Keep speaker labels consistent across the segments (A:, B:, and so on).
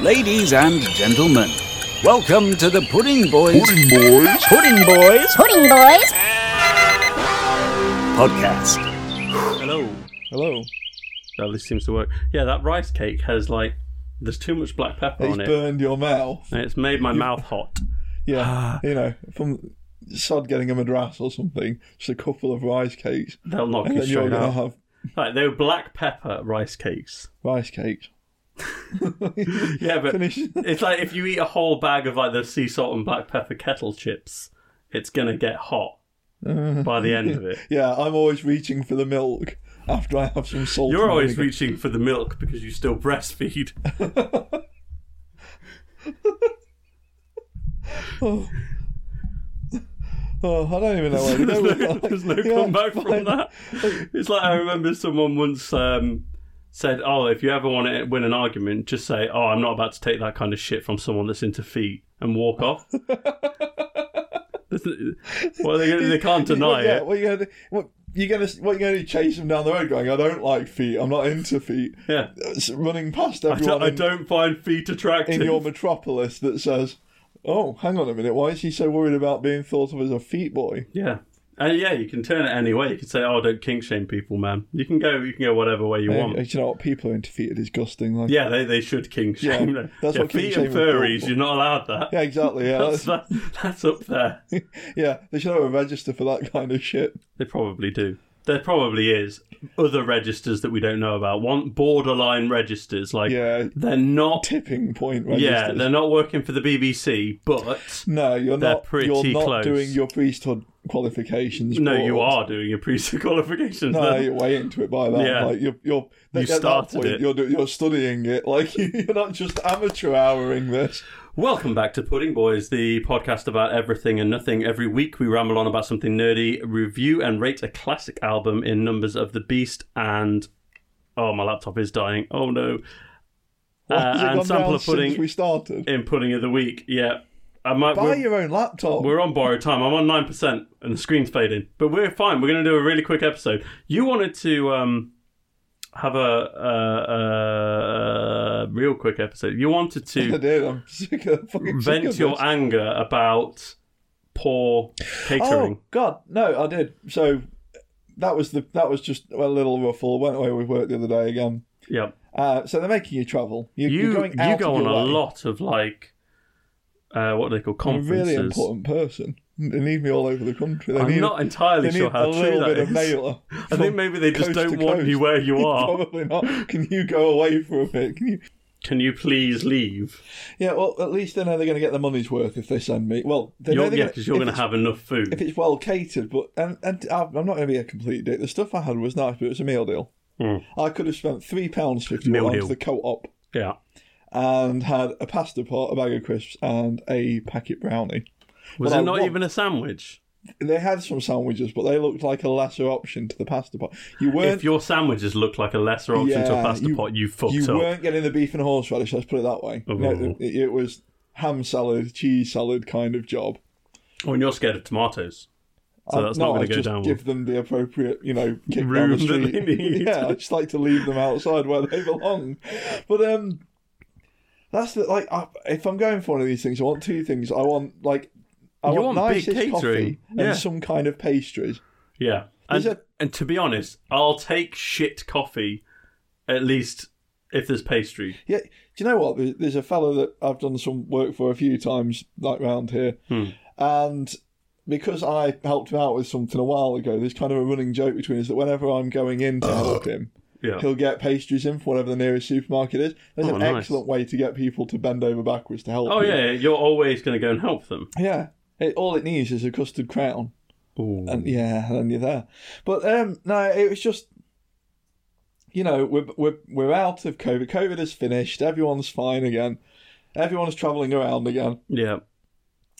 A: Ladies and gentlemen, welcome to the Pudding Boys.
B: Pudding boys.
A: Pudding Boys
C: Pudding Boys.
A: podcast.
D: Hello.
E: Hello.
D: Oh, this seems to work. Yeah, that rice cake has like there's too much black pepper
E: He's
D: on it,
E: burned your mouth.
D: and it's made my mouth hot. Ah.
E: Yeah. you know, from sod getting a madras or something, just a couple of rice cakes,
D: They'll knock
E: and
D: you
E: then you're
D: straight
E: gonna
D: out.
E: have
D: Like they were black pepper rice cakes.
E: rice cakes.
D: Yeah, but
E: Finish.
D: it's like if you eat a whole bag of like the sea salt and black pepper kettle chips, it's gonna get hot by the end of it.
E: Yeah, I'm always reaching for the milk after I have some salt.
D: You're
E: and
D: always
E: vinegar.
D: reaching for the milk because you still breastfeed.
E: Oh, I don't even know where to
D: There's no,
E: go. with that.
D: there's no
E: Yeah,
D: comeback
E: fine.
D: from that. It's like I remember someone once um, said, "Oh, if you ever want to win an argument, just say, oh, I'm not about to take that kind of shit from someone that's into feet and walk off." This is- well, they, they can't deny
E: Well, yeah,
D: it.
E: What you gonna? do- What you gonna? What you gonna do, chase them down the road? Going, I don't like feet. I'm not into feet.
D: Yeah,
E: It's running past
D: I don't,
E: everyone.
D: I
E: in-
D: don't find feet attractive.
E: in your metropolis that says, "Oh, hang on a minute, why is he so worried about being thought of as a feet boy?"
D: Yeah. And yeah, you can turn it any way. You can say, "Oh, don't kink shame people, man." You can go, you can go whatever way you
E: Hey,
D: want.
E: hey, do you know what? People who into feet are disgusting. Like,
D: Yeah, they, they should kink shame.
E: Yeah, that's
D: yeah,
E: what kink
D: feet
E: shame
D: and
E: is
D: furries.
E: for.
D: You're not allowed that.
E: Yeah, exactly. Yeah,
D: that's,
E: that's,
D: that, that's up there.
E: yeah. They should have a register for that kind of shit.
D: They probably do. There probably is other registers that we don't know about. One borderline registers, like
E: Yeah,
D: they're not.
E: tipping point registers.
D: yeah, they're not working for the BBC, but
E: no, you're
D: they're
E: not.
D: pretty
E: you're not
D: close.
E: doing your priesthood qualifications.
D: no, you
E: board.
D: are doing your priesthood qualifications.
E: No,
D: then.
E: you're way into it by that.
D: Yeah.
E: Like you're, you're
D: You
E: at that
D: started
E: point,
D: it.
E: You're, do- you're studying it. Like you're not just amateur houring this.
D: Welcome back to Pudding Boys, the podcast about everything and nothing. Every week we ramble on about something nerdy, review and rate a classic album in numbers of the beast, and oh, my laptop is dying. Oh no!
E: Why
D: Uh,
E: has it
D: and
E: gone
D: sample
E: down
D: of pudding
E: since we started.
D: in Pudding of the Week. Yeah, I might.
E: Buy
D: we're-
E: your own laptop.
D: We're on borrowed time. I'm on nine percent, and the screen's fading. But we're fine. We're going to do a really quick episode. You wanted to um, have a, a, a real quick episode. You wanted
E: I
D: to
E: did. I'm sick of fucking sick
D: vent
E: of
D: your
E: this.
D: anger about poor catering.
E: Oh God, no, I did. So that was the that was just a little ruffle. Went away with work the other day again.
D: Yeah,
E: Uh, so they're making you travel. You,
D: you
E: you're going out
D: you go
E: of
D: on
E: your
D: a
E: way.
D: lot of like uh, what are they call
E: I'm a
D: conferences.
E: really important person. They need me all over the country. They
D: I'm
E: need,
D: not entirely
E: they
D: sure
E: need
D: how
E: a
D: true
E: little
D: that
E: bit of
D: is.
E: nailer.
D: I think maybe they just
E: coast
D: don't
E: to
D: want you
E: coast.
D: where you are.
E: Probably not. Can you go away for a bit? Can you?
D: Can you please leave?
E: Yeah. Well, at least they know they're going to get their money's worth if they send me. Well, they know
D: You're,
E: they're
D: yeah,
E: gonna-
D: because you're
E: if
D: going to
E: it's-
D: have enough food.
E: if it's well catered, but and, and I'm I'm not going to be a complete dick. The stuff I had was nice, but it was a meal deal.
D: Mm.
E: I could have spent three pounds fifty
D: Meal
E: one to
D: deal.
E: the co-op
D: Yeah.
E: and had a pasta pot, a bag of crisps, and a packet brownie.
D: Was
E: Well,
D: it
E: I
D: not
E: want-
D: even a sandwich?
E: They had some sandwiches, but they looked like a lesser option to the pasta pot. You weren't.
D: if your sandwiches look like a lesser option to a
E: Yeah,
D: pasta
E: you-
D: pot, you fucked
E: you
D: up.
E: weren't getting the beef and horseradish. Let's put it that way. No,
D: Oh.
E: it, it was ham salad, cheese salad kind of job.
D: Oh, and you're scared of tomatoes. So
E: I-
D: that's
E: Oh, no,
D: not
E: I
D: going to go
E: just
D: down well.
E: give them the appropriate, you know, kick
D: Room
E: down
D: that
E: the street.
D: they need.
E: Yeah, I just like to leave them outside where they belong. But um, that's the, like I, if I'm going for one of these things, I want two things. I want like I
D: You
E: want,
D: want big
E: nicest
D: catering.
E: coffee
D: Yeah.
E: and some kind of pastries.
D: Yeah. And,
E: There's
D: and to be honest, I'll take shit coffee at least if there's pastry.
E: Yeah, do you know what? There- There's a fellow that I've done some work for a few times, like round here,
D: Hmm.
E: and because I helped him out with something a while ago, there's kind of a running joke between us that whenever I'm going in to help him.
D: Yeah.
E: he'll get pastries in for whatever the nearest supermarket is. That's
D: Oh,
E: an
D: nice.
E: excellent way to get people to bend over backwards to help.
D: Oh,
E: you.
D: yeah, yeah, you're always going to go and help them.
E: yeah. It, all it needs is a custard crown,
D: Ooh.
E: and yeah, and then you're there. But um, no, it was just, you know, we're we're we're out of COVID. COVID is finished. Everyone's fine again. Everyone's travelling around again,
D: Yeah.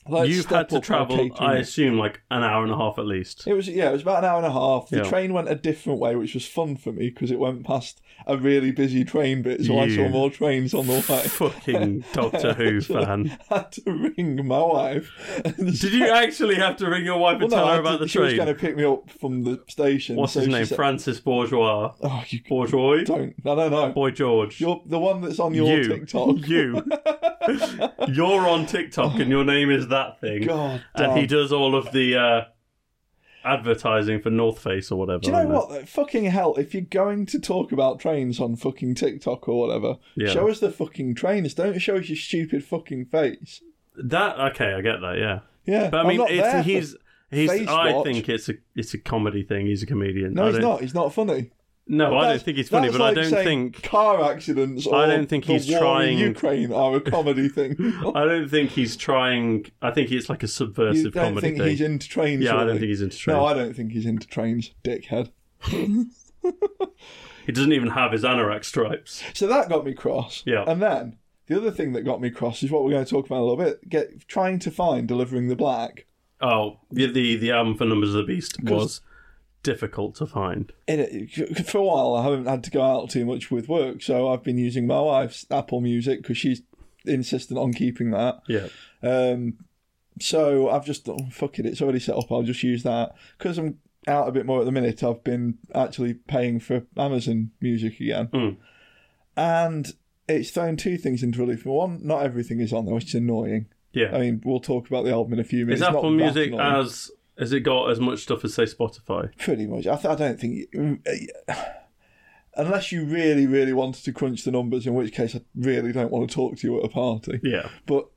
E: Like,
D: You've had
E: step
D: to
E: up our
D: travel,
E: catering.
D: I assume, like an hour and a half at least.
E: It was yeah, it was about an hour and a half. The
D: Yeah.
E: train went a different way, which was fun for me because it went past a really busy train bit, so I saw
D: You
E: more trains on the way.
D: Fucking Doctor Who
E: So
D: fan.
E: I had to ring my wife.
D: Did you actually have to ring your wife and tell her about the
E: She was
D: train?
E: going to pick me up from the station.
D: What's
E: so
D: his
E: she
D: name?
E: said-
D: Francis Bourgeois.
E: oh, you
D: Bourgeois?
E: don't. I don't know.
D: Boy George.
E: You're the one that's on your
D: you.
E: TikTok.
D: You. You're on TikTok and your name is that thing.
E: God damn.
D: and he does all of the uh, advertising for North Face or whatever.
E: Do you know
D: isn't it?
E: what? though? Fucking hell! If you're going to talk about trains on fucking TikTok or whatever,
D: Yeah.
E: show us the fucking trains. Don't show us your stupid fucking face.
D: That okay, I get that. Yeah,
E: Yeah,
D: but
E: I'm
D: I mean,
E: not
D: it's,
E: there for-
D: he's he's.
E: face
D: I
E: watch.
D: think it's a it's a comedy thing. He's a comedian.
E: no,
D: I
E: he's
D: don't-
E: not. He's not funny.
D: No, I don't
E: That's-
D: think he's funny,
E: that's
D: but I
E: like
D: don't
E: saying
D: think
E: car accidents. Or
D: I don't think
E: the
D: he's
E: war
D: trying-
E: In Ukraine are a comedy thing.
D: I don't think he's trying. I think it's like a subversive
E: you don't
D: comedy
E: think
D: thing.
E: he's into trains?
D: yeah, I don't
E: surely?
D: think he's into
E: No,
D: trains.
E: I don't think he's into trains, dickhead.
D: He doesn't even have his anorak stripes.
E: So that got me cross.
D: Yeah.
E: And then the other thing that got me cross is what we're going to talk about a little bit. Get trying to find delivering the black.
D: Oh, the the, the album for Numbers of the Beast was difficult to find.
E: it, for a while I haven't had to go out too much with work, so I've been using my wife's Apple Music because she's insistent on keeping that.
D: Yeah,
E: Um, so I've just oh, fuck it, it's already set up. I'll just use that because I'm out a bit more at the minute. I've been actually paying for Amazon Music again,
D: Mm.
E: and it's thrown two things into relief. One, not everything is on there, which is annoying.
D: yeah.
E: I mean, we'll talk about the album in a few minutes.
D: is
E: It's
D: Apple
E: not that
D: Music
E: annoying.
D: as has it got as much stuff as say Spotify?
E: Pretty much. I, th- I don't think. Unless you really, really wanted to crunch the numbers, in which case I really don't want to talk to you at a party.
D: Yeah,
E: But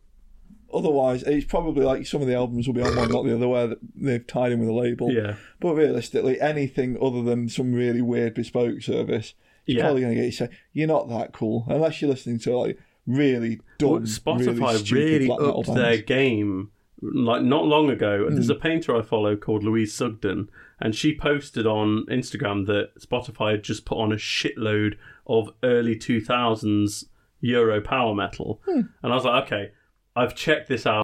E: otherwise, it's probably like some of the albums will be on one, not the other, where th- they've tied in with a label.
D: yeah.
E: But realistically, anything other than some really weird bespoke service, you're
D: Yeah.
E: probably going to get you say, you're not that cool. Unless you're listening to like really dumb,
D: Well, Spotify
E: stupid
D: really,
E: black metal
D: upped
E: bands. Hmm.
D: their game like not long ago. There's a painter I follow called Louise Sugden, and she posted on Instagram that Spotify had just put on a shitload of early 2000s Euro power metal,
E: Hmm.
D: and I was like, okay, I've checked this out.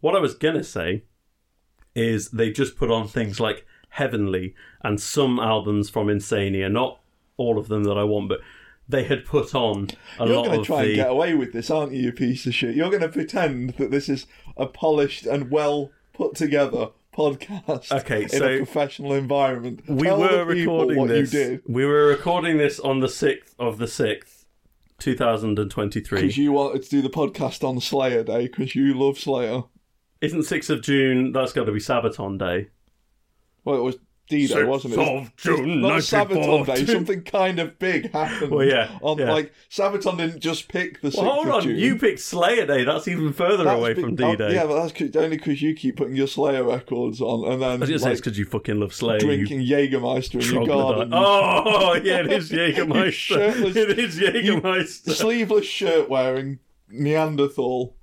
D: What I was gonna say is they just put on things like Heavenly and some albums from Insania, not all of them that I want, but they had put on a
E: You're
D: lot
E: going
D: of
E: to try
D: the.
E: and get away with this, aren't you, you piece of shit? You're going to pretend that this is a polished and well put together podcast
D: Okay,
E: in
D: so
E: a professional environment.
D: we
E: Tell
D: were
E: the people
D: recording
E: what
D: this.
E: you did
D: We were recording this on the sixth of the sixth, two thousand and twenty-three.
E: because you wanted to do the podcast on Slayer Day because you love Slayer.
D: Isn't sixth of June? That's got to be Sabaton Day.
E: Well, it was D Day, wasn't it? It was
D: of June,
E: Not Sabaton Day. Something kind of big happened.
D: Well, yeah,
E: On
D: yeah.
E: like Sabaton didn't just pick the. 6th
D: Well, hold
E: of
D: on,
E: June.
D: you picked Slayer Day. That's even further
E: That's
D: away
E: be-
D: from
E: oh,
D: D Day.
E: Yeah, but that's 'cause- only because you keep putting your Slayer records on, and then
D: I was gonna say it's
E: like,
D: because you fucking love Slayer. you
E: drinking Jägermeister in your
D: troglodyte.
E: garden.
D: Oh, yeah, it is
E: shirtless-
D: Jägermeister. it is Jägermeister.
E: sleeveless shirt wearing Neanderthal.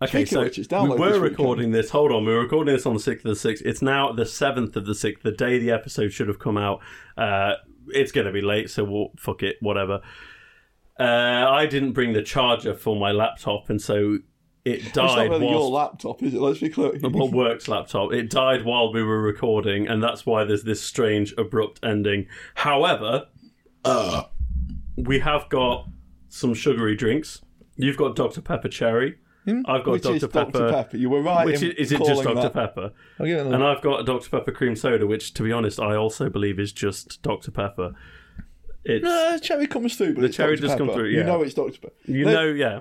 D: Okay,
E: Speaking
D: so
E: of which, it's download
D: we were
E: this weekend.
D: recording this. Hold on, we were recording this on the sixth of the sixth. It's now the seventh of the sixth, the day the episode should have come out. Uh, it's going to be late, so we'll fuck it, whatever. Uh, I didn't bring the charger for my laptop, and so it
E: It's not
D: died.
E: really your
D: whilst-
E: laptop, is it? Let's be clear.
D: my work's laptop. It died while we were recording, and that's why there's this strange, abrupt ending. However, uh, we have got some sugary drinks. You've got Dr. Pepper Cherry. I've got
E: Which
D: Dr.
E: is
D: Pepper.
E: Dr. Pepper. You were right.
D: Which
E: in
D: is, is it just
E: calling
D: Dr.
E: that. Mm.
D: Pepper?
E: I'll give it another-
D: And I've got a Dr. Pepper cream soda, which, to be honest, I also believe is just Dr. Pepper. It's
E: Uh, cherry comes through, but the it's
D: cherry
E: Dr.
D: does come
E: Pepper.
D: through,
E: You
D: yeah.
E: know it's Dr. Pepper.
D: you
E: No-
D: know, yeah,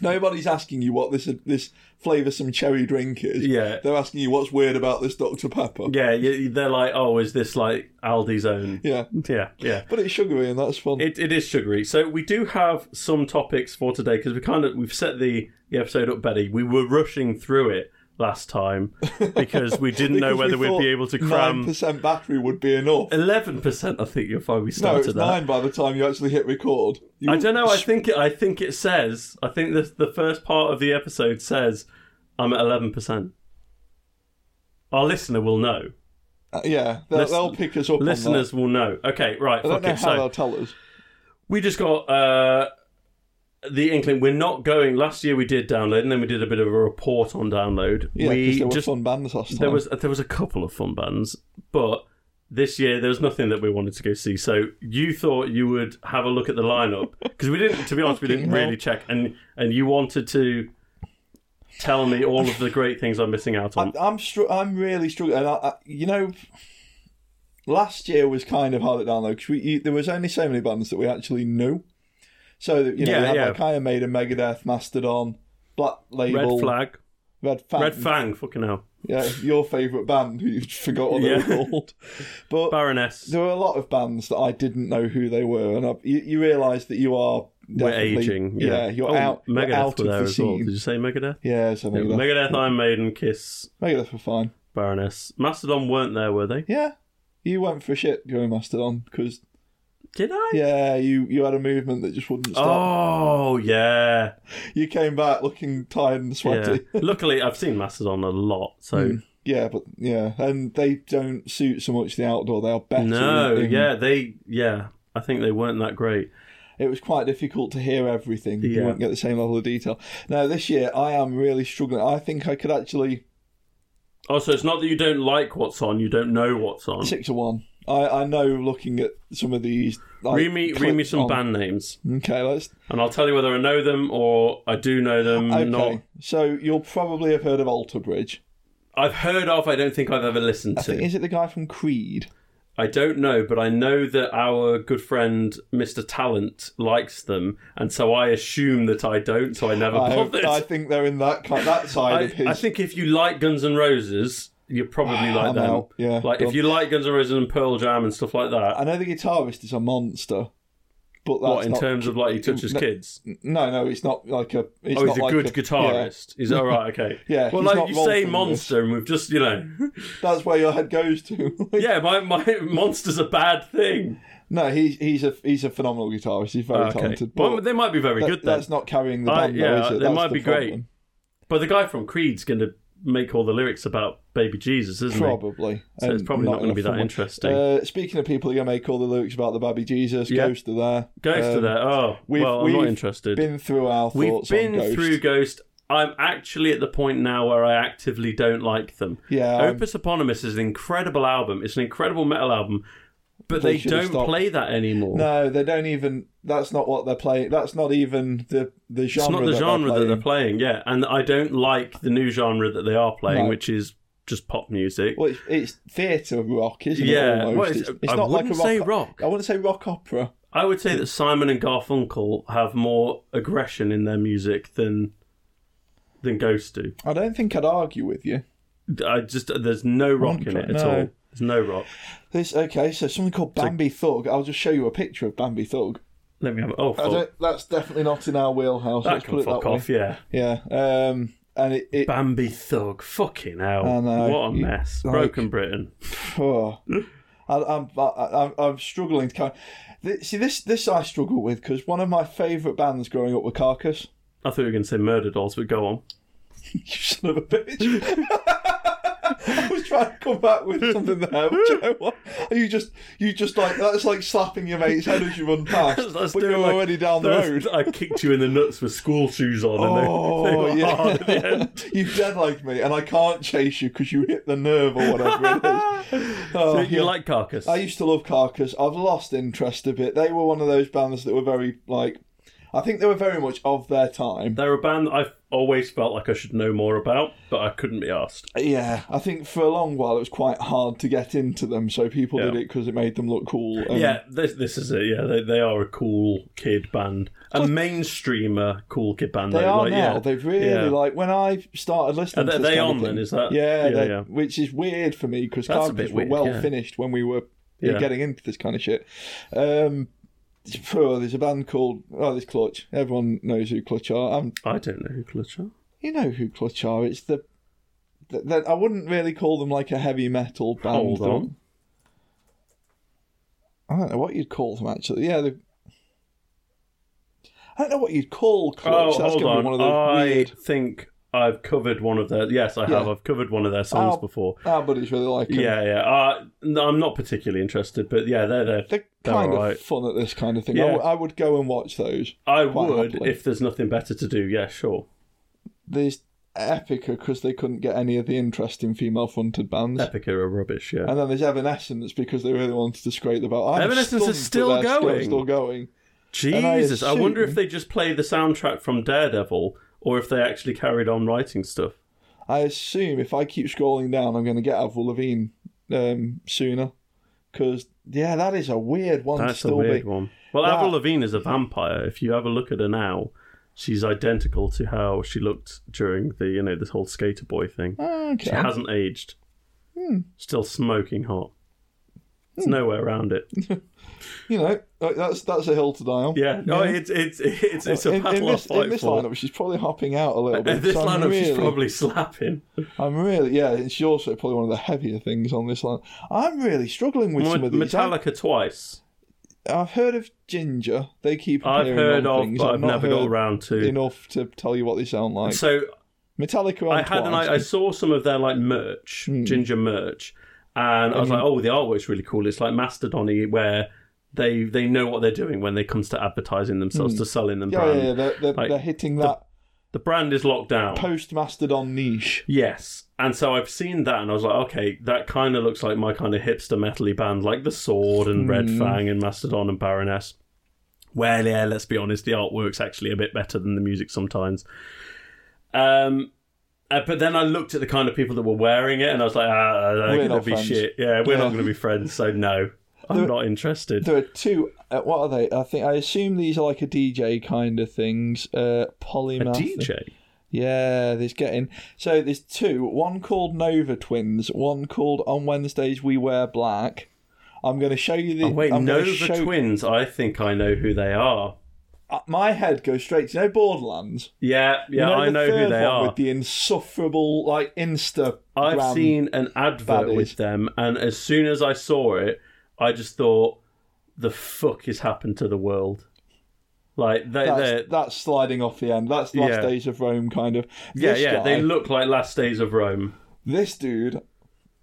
E: Nobody's asking you what this this flavoursome cherry drink is.
D: Yeah.
E: They're asking you what's weird about this Dr. Pepper.
D: yeah. y- They're like, oh, is this like Aldi's own?
E: Yeah.
D: Yeah, yeah.
E: But it's sugary and that's fun.
D: It, it is sugary. So we do have some topics for today because we kind of we've set the, the episode up better. We were rushing through it last time because we didn't know whether we would be able to cram.
E: percent battery would be enough.
D: Eleven percent, I think you'll find we
E: No,
D: started at.
E: it's nine by the time you actually hit record. You
D: I don't know. I think it, I think it says. I think the the first part of the episode says I'm at eleven percent. Our listener will know.
E: Uh, yeah, they'll,
D: Listen-
E: they'll pick us up. on that.
D: Listeners will know. Okay, right.
E: I don't
D: Fuck
E: know
D: it.
E: how
D: So
E: they'll tell us.
D: we just got uh, the inkling we're not going last year we did download and then we did a bit of a report on download
E: Yeah,
D: we
E: because there were
D: just
E: fun bands last time.
D: there was there was a couple of fun bands but this year there was nothing that we wanted to go see so you thought you would have a look at the lineup because we didn't to be honest we didn't
E: Fucking hell.
D: really check and and you wanted to tell me all of the great things i'm missing out on
E: I'm I'm, str- I'm really struggling. And I, I, you know, last year was kind of hard at download because we you, there was only so many bands that we actually knew. So that, you know,
D: Yeah,
E: we had
D: yeah.
E: like Iron Maiden, Megadeth, Mastodon, Black
D: red
E: Label,
D: flag
E: Red Fang,
D: red fang fucking hell
E: yeah, your favourite band who you forgot what
D: Yeah.
E: they were called. But
D: baroness
E: there were a lot of bands that I didn't know who they were, and I, you, you realise that you are
D: we're
E: definitely-
D: aging
E: Yeah,
D: yeah,
E: you're
D: Oh,
E: out, you're
D: megadeth
E: out
D: were
E: of
D: there
E: the
D: as well did
E: scene.
D: you say megadeth
E: Yeah, so Megadeth.
D: megadeth iron maiden kiss
E: Megadeth were fine.
D: Baroness. Mastodon weren't there, were they?
E: Yeah, you went for a shit during Mastodon because
D: Did I?
E: Yeah, you, you had a movement that just wouldn't stop.
D: Oh yeah,
E: You came back looking tired and
D: Oh. yeah.
E: sweaty.
D: Luckily, I've seen Mastodon a lot, so
E: Hmm. Yeah, but yeah, and they don't suit so much the outdoor. They are better.
D: no,
E: in-
D: yeah, they, yeah, I think they weren't that great.
E: it was quite difficult to hear everything. You
D: Yeah.
E: won't get the same level of detail. Now this year, I am really struggling. I think I could actually
D: Oh, so it's not that you don't like what's on; you don't know what's on.
E: six to one. I, I know looking at some of these. Like,
D: read me, read me
E: clips
D: some
E: on-
D: band names,
E: Okay, let's.
D: and I'll tell you whether I know them or I do know them.
E: Okay,
D: Not,
E: so you'll probably have heard of Alter Bridge.
D: I've heard of. I don't think I've ever listened
E: I
D: to.
E: think is it the guy from Creed?
D: I don't know, but I know that our good friend Mr. Talent likes them, and so I assume that I don't, so I never
E: I,
D: bothered.
E: I think they're in that kind, that side of
D: I,
E: his.
D: I think if you like Guns N' Roses, you probably like
E: I'm
D: them.
E: out, yeah,
D: like if
E: done.
D: you like Guns N' Roses and Pearl Jam and stuff like that.
E: I know the guitarist is a monster, but that's
D: what in
E: not,
D: terms of like he touches
E: no-
D: kids?
E: No, no, it's not like a. It's
D: Oh,
E: not
D: he's a
E: like
D: good guitarist. He's all right. Okay.
E: Yeah,
D: Well,
E: he's
D: like
E: not
D: you
E: Rolf
D: say,
E: in this.
D: monster, and we've just you know,
E: yeah, that's where your head goes to.
D: yeah, my, my monster's a bad thing.
E: no, he's he's a he's a phenomenal guitarist. He's very
D: Ah, Okay.
E: talented, but
D: Well, they might be very
E: that-
D: good then.
E: that's not carrying the
D: I-
E: band,
D: yeah,
E: though, is it?
D: they
E: That's
D: might
E: the
D: be great.
E: problem.
D: But the guy from Creed's going to make all the lyrics about baby Jesus, isn't he?
E: Probably.
D: So it's
E: and
D: probably not, going to
E: enough
D: be that
E: fun.
D: interesting.
E: Uh, speaking of people who are gonna make all the lyrics about the baby Jesus,
D: Yeah.
E: Ghost are there.
D: Ghost
E: um,
D: are there. Oh,
E: we've-
D: well, I'm not
E: we've
D: interested.
E: Been through our
D: We've
E: thoughts on
D: been
E: Ghost.
D: through Ghost. I'm actually at the point now where I actively don't like them.
E: Yeah, I'm-
D: Opus Eponymous is an incredible album. It's an incredible metal album, but
E: They
D: they,
E: should have
D: don't
E: stopped.
D: play that anymore.
E: No, they don't even. That's not what they're playing. That's not even the the
D: it's
E: genre.
D: not the
E: that
D: genre that
E: they're
D: they're playing. Yeah, and I don't like the new genre that they are playing,
E: No.
D: which is just pop music.
E: Well, it's, it's theatre rock, isn't it?
D: Yeah,
E: almost?
D: well, it's- I wouldn't say rock.
E: I wouldn't say rock opera.
D: I would say that Simon and Garfunkel have more aggression in their music than than Ghost do.
E: I don't think I'd argue with you.
D: I just there's no rock in it at
E: No.
D: all. There's no rock.
E: This okay? So something called Bambi Thug. I'll just show you a picture of Bambi Thug.
D: Let me have. Oh,
E: I
D: fuck.
E: don't, that's definitely not in our wheelhouse.
D: that
E: let's
D: can
E: put it
D: fuck
E: that
D: off.
E: way.
D: Yeah.
E: Yeah. Um, and it, it
D: Bambi Thug. Fucking hell.
E: I know.
D: What a
E: You-
D: mess.
E: like-
D: Broken Britain.
E: Oh. I, I'm, I, I'm I'm struggling to kind. Th- See this this I struggle with because one of my favourite bands growing up were Carcass.
D: I thought you were going to say Murder Dolls, but go on.
E: You son of a bitch. I was trying to come back with something there. But you know what? You just, you just like that's like slapping your mate's head as you run past,
D: That's
E: but you're
D: doing like-
E: already down the road.
D: Those- I kicked you in the nuts with school shoes on, and they, they
E: Oh
D: were hard at the
E: yeah,
D: end.
E: you dead like me, and I can't chase you because you hit the nerve or whatever it is. Oh,
D: So you
E: yeah.
D: like Carcass?
E: I used to love Carcass. I've lost interest a bit. They were one of those bands that were very like, I think they were very much of their time.
D: They're a band that I've always felt like I should know more about, but I couldn't be asked.
E: Yeah, I think for a long while it was quite hard to get into them, so people
D: Yeah.
E: did it because it made them look cool. and-
D: yeah, this this is it. Yeah, they, they are a cool kid band, a mainstreamer cool kid band.
E: they
D: though,
E: are
D: like,
E: now.
D: Yeah.
E: They've really
D: Yeah.
E: like when I started listening.
D: Are
E: to
D: they-
E: this
D: they
E: kind of
D: on then,
E: thing-
D: is that-
E: Yeah,
D: yeah,
E: they-
D: yeah.
E: which is weird for me because
D: That's a
E: Carcass
D: bit
E: were
D: weird,
E: well
D: yeah.
E: finished when we were
D: Yeah.
E: getting into this kind of shit. Um, oh, there's a band called oh, there's Clutch. Everyone knows who Clutch are. i
D: I don't know who Clutch are.
E: you know who Clutch are. It's the, th th- I wouldn't really call them like a heavy metal band.
D: Hold on.
E: I don't know what you'd call them actually. Yeah, they I don't know what you'd call Clutch.
D: Oh,
E: That's
D: hold
E: gonna
D: on.
E: be one of those
D: I
E: weird.
D: think I've covered one of their. Yes, I have.
E: Yeah. Oh.
D: I've covered one of their songs
E: Ow.
D: before.
E: Our buddies really like 'em.
D: Yeah, yeah. Uh, no, I'm not particularly interested, but yeah, they're there.
E: They're
D: They're
E: kind
D: alright.
E: of fun at this kind of thing. I
D: Yeah.
E: w- I would go and watch those.
D: I
E: Quite
D: would
E: happily.
D: if there's nothing better to do. Yeah, sure.
E: There's Epica because they couldn't get any of the interesting female fronted bands.
D: Epica are rubbish. Yeah.
E: And then there's Evanescence because they really wanted to scrape the belt. I'm
D: Evanescence is
E: stunned that
D: still
E: they're
D: going.
E: Still going.
D: Jesus, I,
E: assume-
D: wonder if they just played the soundtrack from Daredevil or if they actually carried on writing stuff.
E: I assume if I keep scrolling down, I'm going to get Avril Lavigne um, sooner. Because, yeah, that is a weird one to
D: That's a
E: still
D: weird
E: be.
D: one. Well,
E: Wow.
D: Avril Lavigne is a vampire. If you have a look at her now, she's identical to how she looked during the you know this whole skater boy thing. She
E: Okay. Hmm.
D: hasn't aged. Still smoking hot. There's nowhere around it.
E: You know, uh, that's that's a hill to die on.
D: Yeah, no, it's it's it's it's a
E: in,
D: battle
E: in this,
D: I fight
E: in this
D: for.
E: lineup, she's probably hopping out a little bit.
D: In this
E: so I'm
D: lineup,
E: really,
D: she's probably slapping.
E: I'm really, yeah, and she's also probably one of the heavier things on this line. I'm really struggling with some of these. I-
D: Metallica twice.
E: I've heard of Ginger. They keep
D: I've
E: appearing
D: heard
E: on
D: of,
E: things.
D: but
E: I've
D: I've
E: not
D: never got
E: heard
D: around to.
E: enough to tell you what they sound like.
D: So
E: Metallica.
D: I
E: and
D: had an,
E: Twice. Hmm.
D: I, I saw some of their like merch, ginger merch, and I
E: Mm-hmm.
D: was like, oh, the artwork's really cool. It's like Mastodon-y where they they know what they're doing when it comes to advertising themselves to selling them
E: Hmm. yeah,
D: brand.
E: yeah, yeah, they're, they're,
D: Like,
E: they're hitting that
D: The brand is locked down.
E: post Mastodon niche.
D: yes, and so I've seen that, and I was like, okay, that kind of looks like my kind of hipster metally band, like the Sword and Red
E: Hmm.
D: Fang and Mastodon and Baroness. Well, yeah, let's be honest, the artwork's actually a bit better than the music sometimes. Um, uh, but then I looked at the kind of people that were wearing it, and I was like, ah, they're
E: We're
D: going to
E: not
D: be
E: friends.
D: shit. Yeah, we're
E: Yeah.
D: not going to be friends. So no, I'm not interested.
E: There are two. Uh, what are they? I think I assume these are like a DJ kind of things.
D: A
E: Uh, polymath.
D: DJ.
E: Yeah, there's getting so there's two. One called Nova Twins. One called On Wednesdays We Wear Black. I'm going to show you the.
D: Oh, wait,
E: I'm gonna
D: Nova
E: show-
D: Twins. I think I know who they are.
E: Uh, My head goes straight to you know Borderlands.
D: Yeah, yeah,
E: You
D: I
E: the
D: know
E: third
D: who they
E: one
D: are.
E: With the insufferable like Insta.
D: I've seen an advert
E: baddies.
D: with them, and as soon as I saw it, I just thought, "The fuck has happened to the world?" Like they,
E: That's,
D: they,
E: that's sliding off the end. That's Last
D: Yeah.
E: Days of Rome kind of.
D: yeah,
E: This
D: yeah,
E: guy-
D: they look like Last Days of Rome.
E: this dude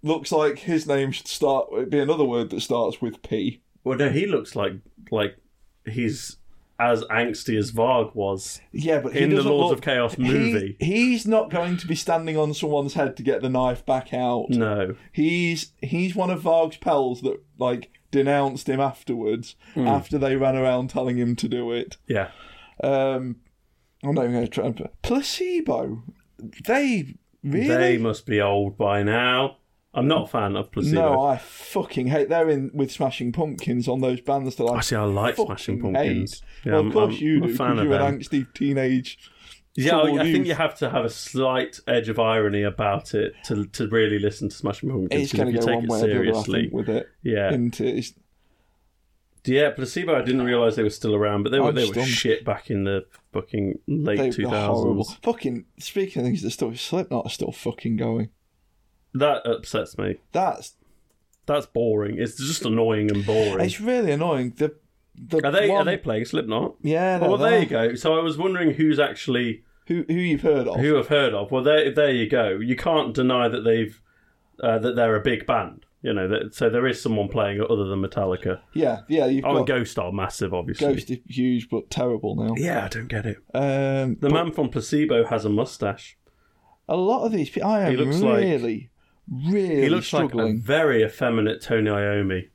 E: looks like his name should start it'd be another word that starts with P.
D: Well, no, he looks like like he's as angsty as Varg was.
E: Yeah, but he
D: In the
E: doesn't
D: Lords
E: look-
D: of Chaos
E: he-
D: movie.
E: he's not going to be standing on someone's head to get the knife back out.
D: No,
E: He's he's one of Varg's pals that like denounced him afterwards
D: Hmm.
E: after they ran around telling him to do it.
D: yeah,
E: Um, I'm not even going to try. and- Placebo, they really
D: they must be old by now. I'm not a fan of Placebo.
E: no, I fucking hate. They're in with Smashing Pumpkins on those bands that I
D: Actually, I like Smashing
E: fucking
D: Pumpkins.
E: hate.
D: Yeah,
E: well,
D: I'm-
E: of course
D: I'm
E: you
D: a
E: do,
D: fan
E: because
D: of
E: you're
D: them.
E: an angsty teenage.
D: Yeah, I,
E: troubled
D: I think
E: youth.
D: you have to have a slight edge of irony about it to to really listen to Smashing Pumpkins.
E: It's
D: 'cause
E: going
D: if
E: to
D: you
E: go
D: take
E: one
D: it
E: way or the other, I
D: seriously,
E: think, with it.
D: yeah,
E: isn't it? It's-
D: yeah. Placebo, I didn't realize they were still around, but they were
E: I'm
D: they were
E: stunned.
D: shit back in the fucking late
E: they
D: two
E: were horrible.
D: thousands.
E: Fucking speaking of things that still Slipknot are still fucking going.
D: That upsets me.
E: That's
D: That's boring. It's just annoying and boring.
E: it's really annoying. The the
D: Are they
E: one,
D: are they playing Slipknot?
E: yeah.
D: Well,
E: they're
D: there you go. So I was wondering who's actually
E: Who who you've heard of?
D: who I've heard of. Well, there there you go. You can't deny that they've uh, that they're a big band. You know, that, so there is someone playing other than Metallica.
E: Yeah, yeah. You've
D: Oh, and
E: got
D: Ghost are massive, obviously.
E: Ghost is huge but terrible now.
D: Yeah, I don't get it.
E: Um,
D: The man from Placebo has a mustache.
E: a lot of these people, I am
D: He looks like-
E: really, really
D: He looks like a
E: struggling.
D: very effeminate Tony Iommi.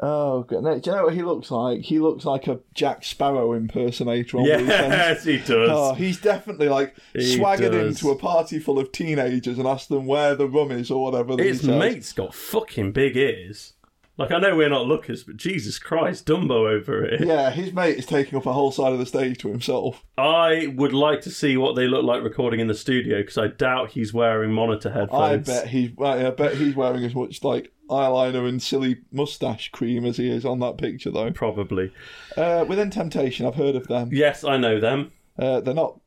E: Oh, God. No, do you know what he looks like? He looks like a Jack Sparrow impersonator on weekends.
D: Yes, he does.
E: Oh, he's definitely like
D: He
E: swaggered
D: does.
E: into a party full of teenagers and asked them where the rum is or whatever. that he
D: His
E: says.
D: mate's got fucking big ears. Like I know we're not lookers, but Jesus Christ, Dumbo over it.
E: Yeah, his mate is taking up a whole side of the stage to himself.
D: I would like to see what they look like recording in the studio because I doubt he's wearing monitor headphones.
E: I bet he's, I bet he's wearing as much like eyeliner and silly mustache cream as he is on that picture though.
D: probably.
E: Uh, within Temptation, I've heard of them.
D: Yes, I know them.
E: Uh, they're not.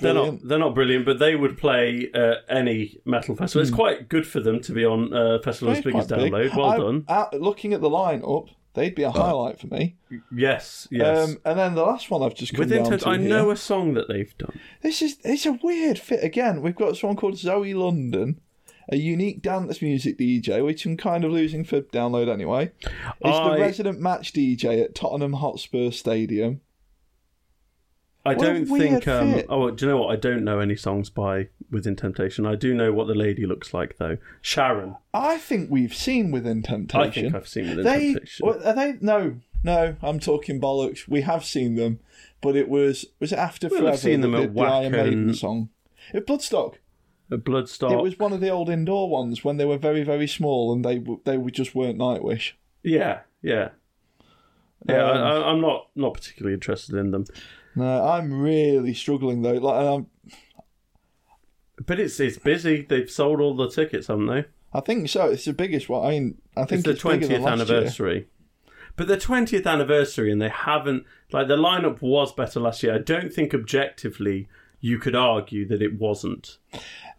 D: They're
E: Brilliant.
D: not they're not brilliant, but they would play uh, any metal festival. It's quite good for them to be on uh, festival as
E: It's
D: big as
E: Hmm. quite big.
D: download. Well
E: I'm-
D: done. Oh.
E: out- looking at the lineup, They'd be a highlight for me.
D: Yes, yes.
E: Um, and then the last one I've just come
D: Within
E: down
D: terms,
E: to
D: I
E: here.
D: know a song that they've done.
E: This is it's a weird fit again. We've got someone called Zoe London, a unique dance music DJ, which I'm kind of losing for download anyway. It's
D: I-
E: the resident match DJ at Tottenham Hotspur Stadium.
D: I
E: What a
D: don't
E: weird
D: think. Um,
E: fit.
D: oh, do you know what? I don't know any songs by Within Temptation. I do know what the lady looks like though. Sharon.
E: I think we've seen Within Temptation.
D: I think I've seen Within
E: they
D: Temptation.
E: well, are they no no. I'm talking bollocks. We have seen them, but it was was it after
D: We'll have
E: forever
D: seen them
E: that
D: at
E: did the
D: Wacken.
E: Iron Maiden song. It Bloodstock.
D: Bloodstock.
E: It was one of the old indoor ones when they were very very small and they w- they were- just weren't Nightwish.
D: Yeah, yeah. Yeah,
E: Um,
D: I, I- I'm not not particularly interested in them,
E: No, I'm really struggling though. Like, um, and I'm,
D: but it's it's busy. They've sold all the tickets, haven't they?
E: I think so. It's the biggest one. I mean, I think
D: It's
E: it's,
D: the
E: bigger than
D: twentieth
E: last year.
D: anniversary. But the twentieth anniversary, and they haven't like the lineup was better last year. I don't think objectively you could argue that it wasn't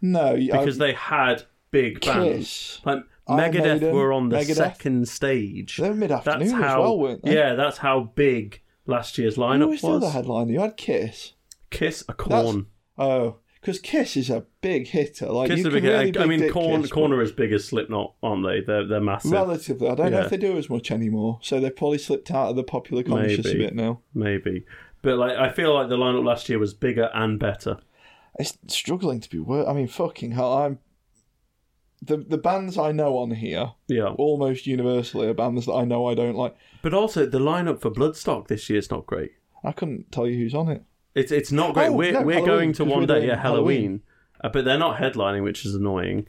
E: No,
D: because they had big bands.
E: Kiss.
D: Like
E: Iron
D: Megadeth
E: Maiden,
D: were on the
E: Megadeth.
D: second stage.
E: They were mid-afternoon
D: That's
E: as
D: how,
E: well, weren't they?
D: Yeah, that's how big last year's
E: Who
D: lineup
E: was the other
D: was.
E: headliner? You had Kiss.
D: Kiss a
E: That's-
D: corn.
E: Oh, because Kiss is a big hitter. Like
D: Kiss
E: you
D: are
E: can
D: big.
E: really
D: I
E: big
D: mean,
E: dick
D: Corn
E: Kiss,
D: Corn are as big as Slipknot, aren't they? They're they're
E: but
D: massive.
E: Relatively, I don't know
D: Yeah.
E: if they do as much anymore. So they've probably slipped out of the popular conscious
D: Maybe.
E: a bit now.
D: Maybe, but like I feel like the lineup last year was bigger and better.
E: It's struggling to be worth. I mean, fucking hell. I'm the the bands I know on here
D: Yeah,
E: almost universally are bands that I know I don't like.
D: but also the lineup for Bloodstock this year is not great.
E: I couldn't tell you who's on it.
D: It's it's not great.
E: Oh,
D: we're
E: no,
D: we're
E: Halloween,
D: going to
E: 'cause
D: one
E: we're
D: day,
E: doing
D: yeah, Halloween, Uh, but they're not headlining, which is annoying.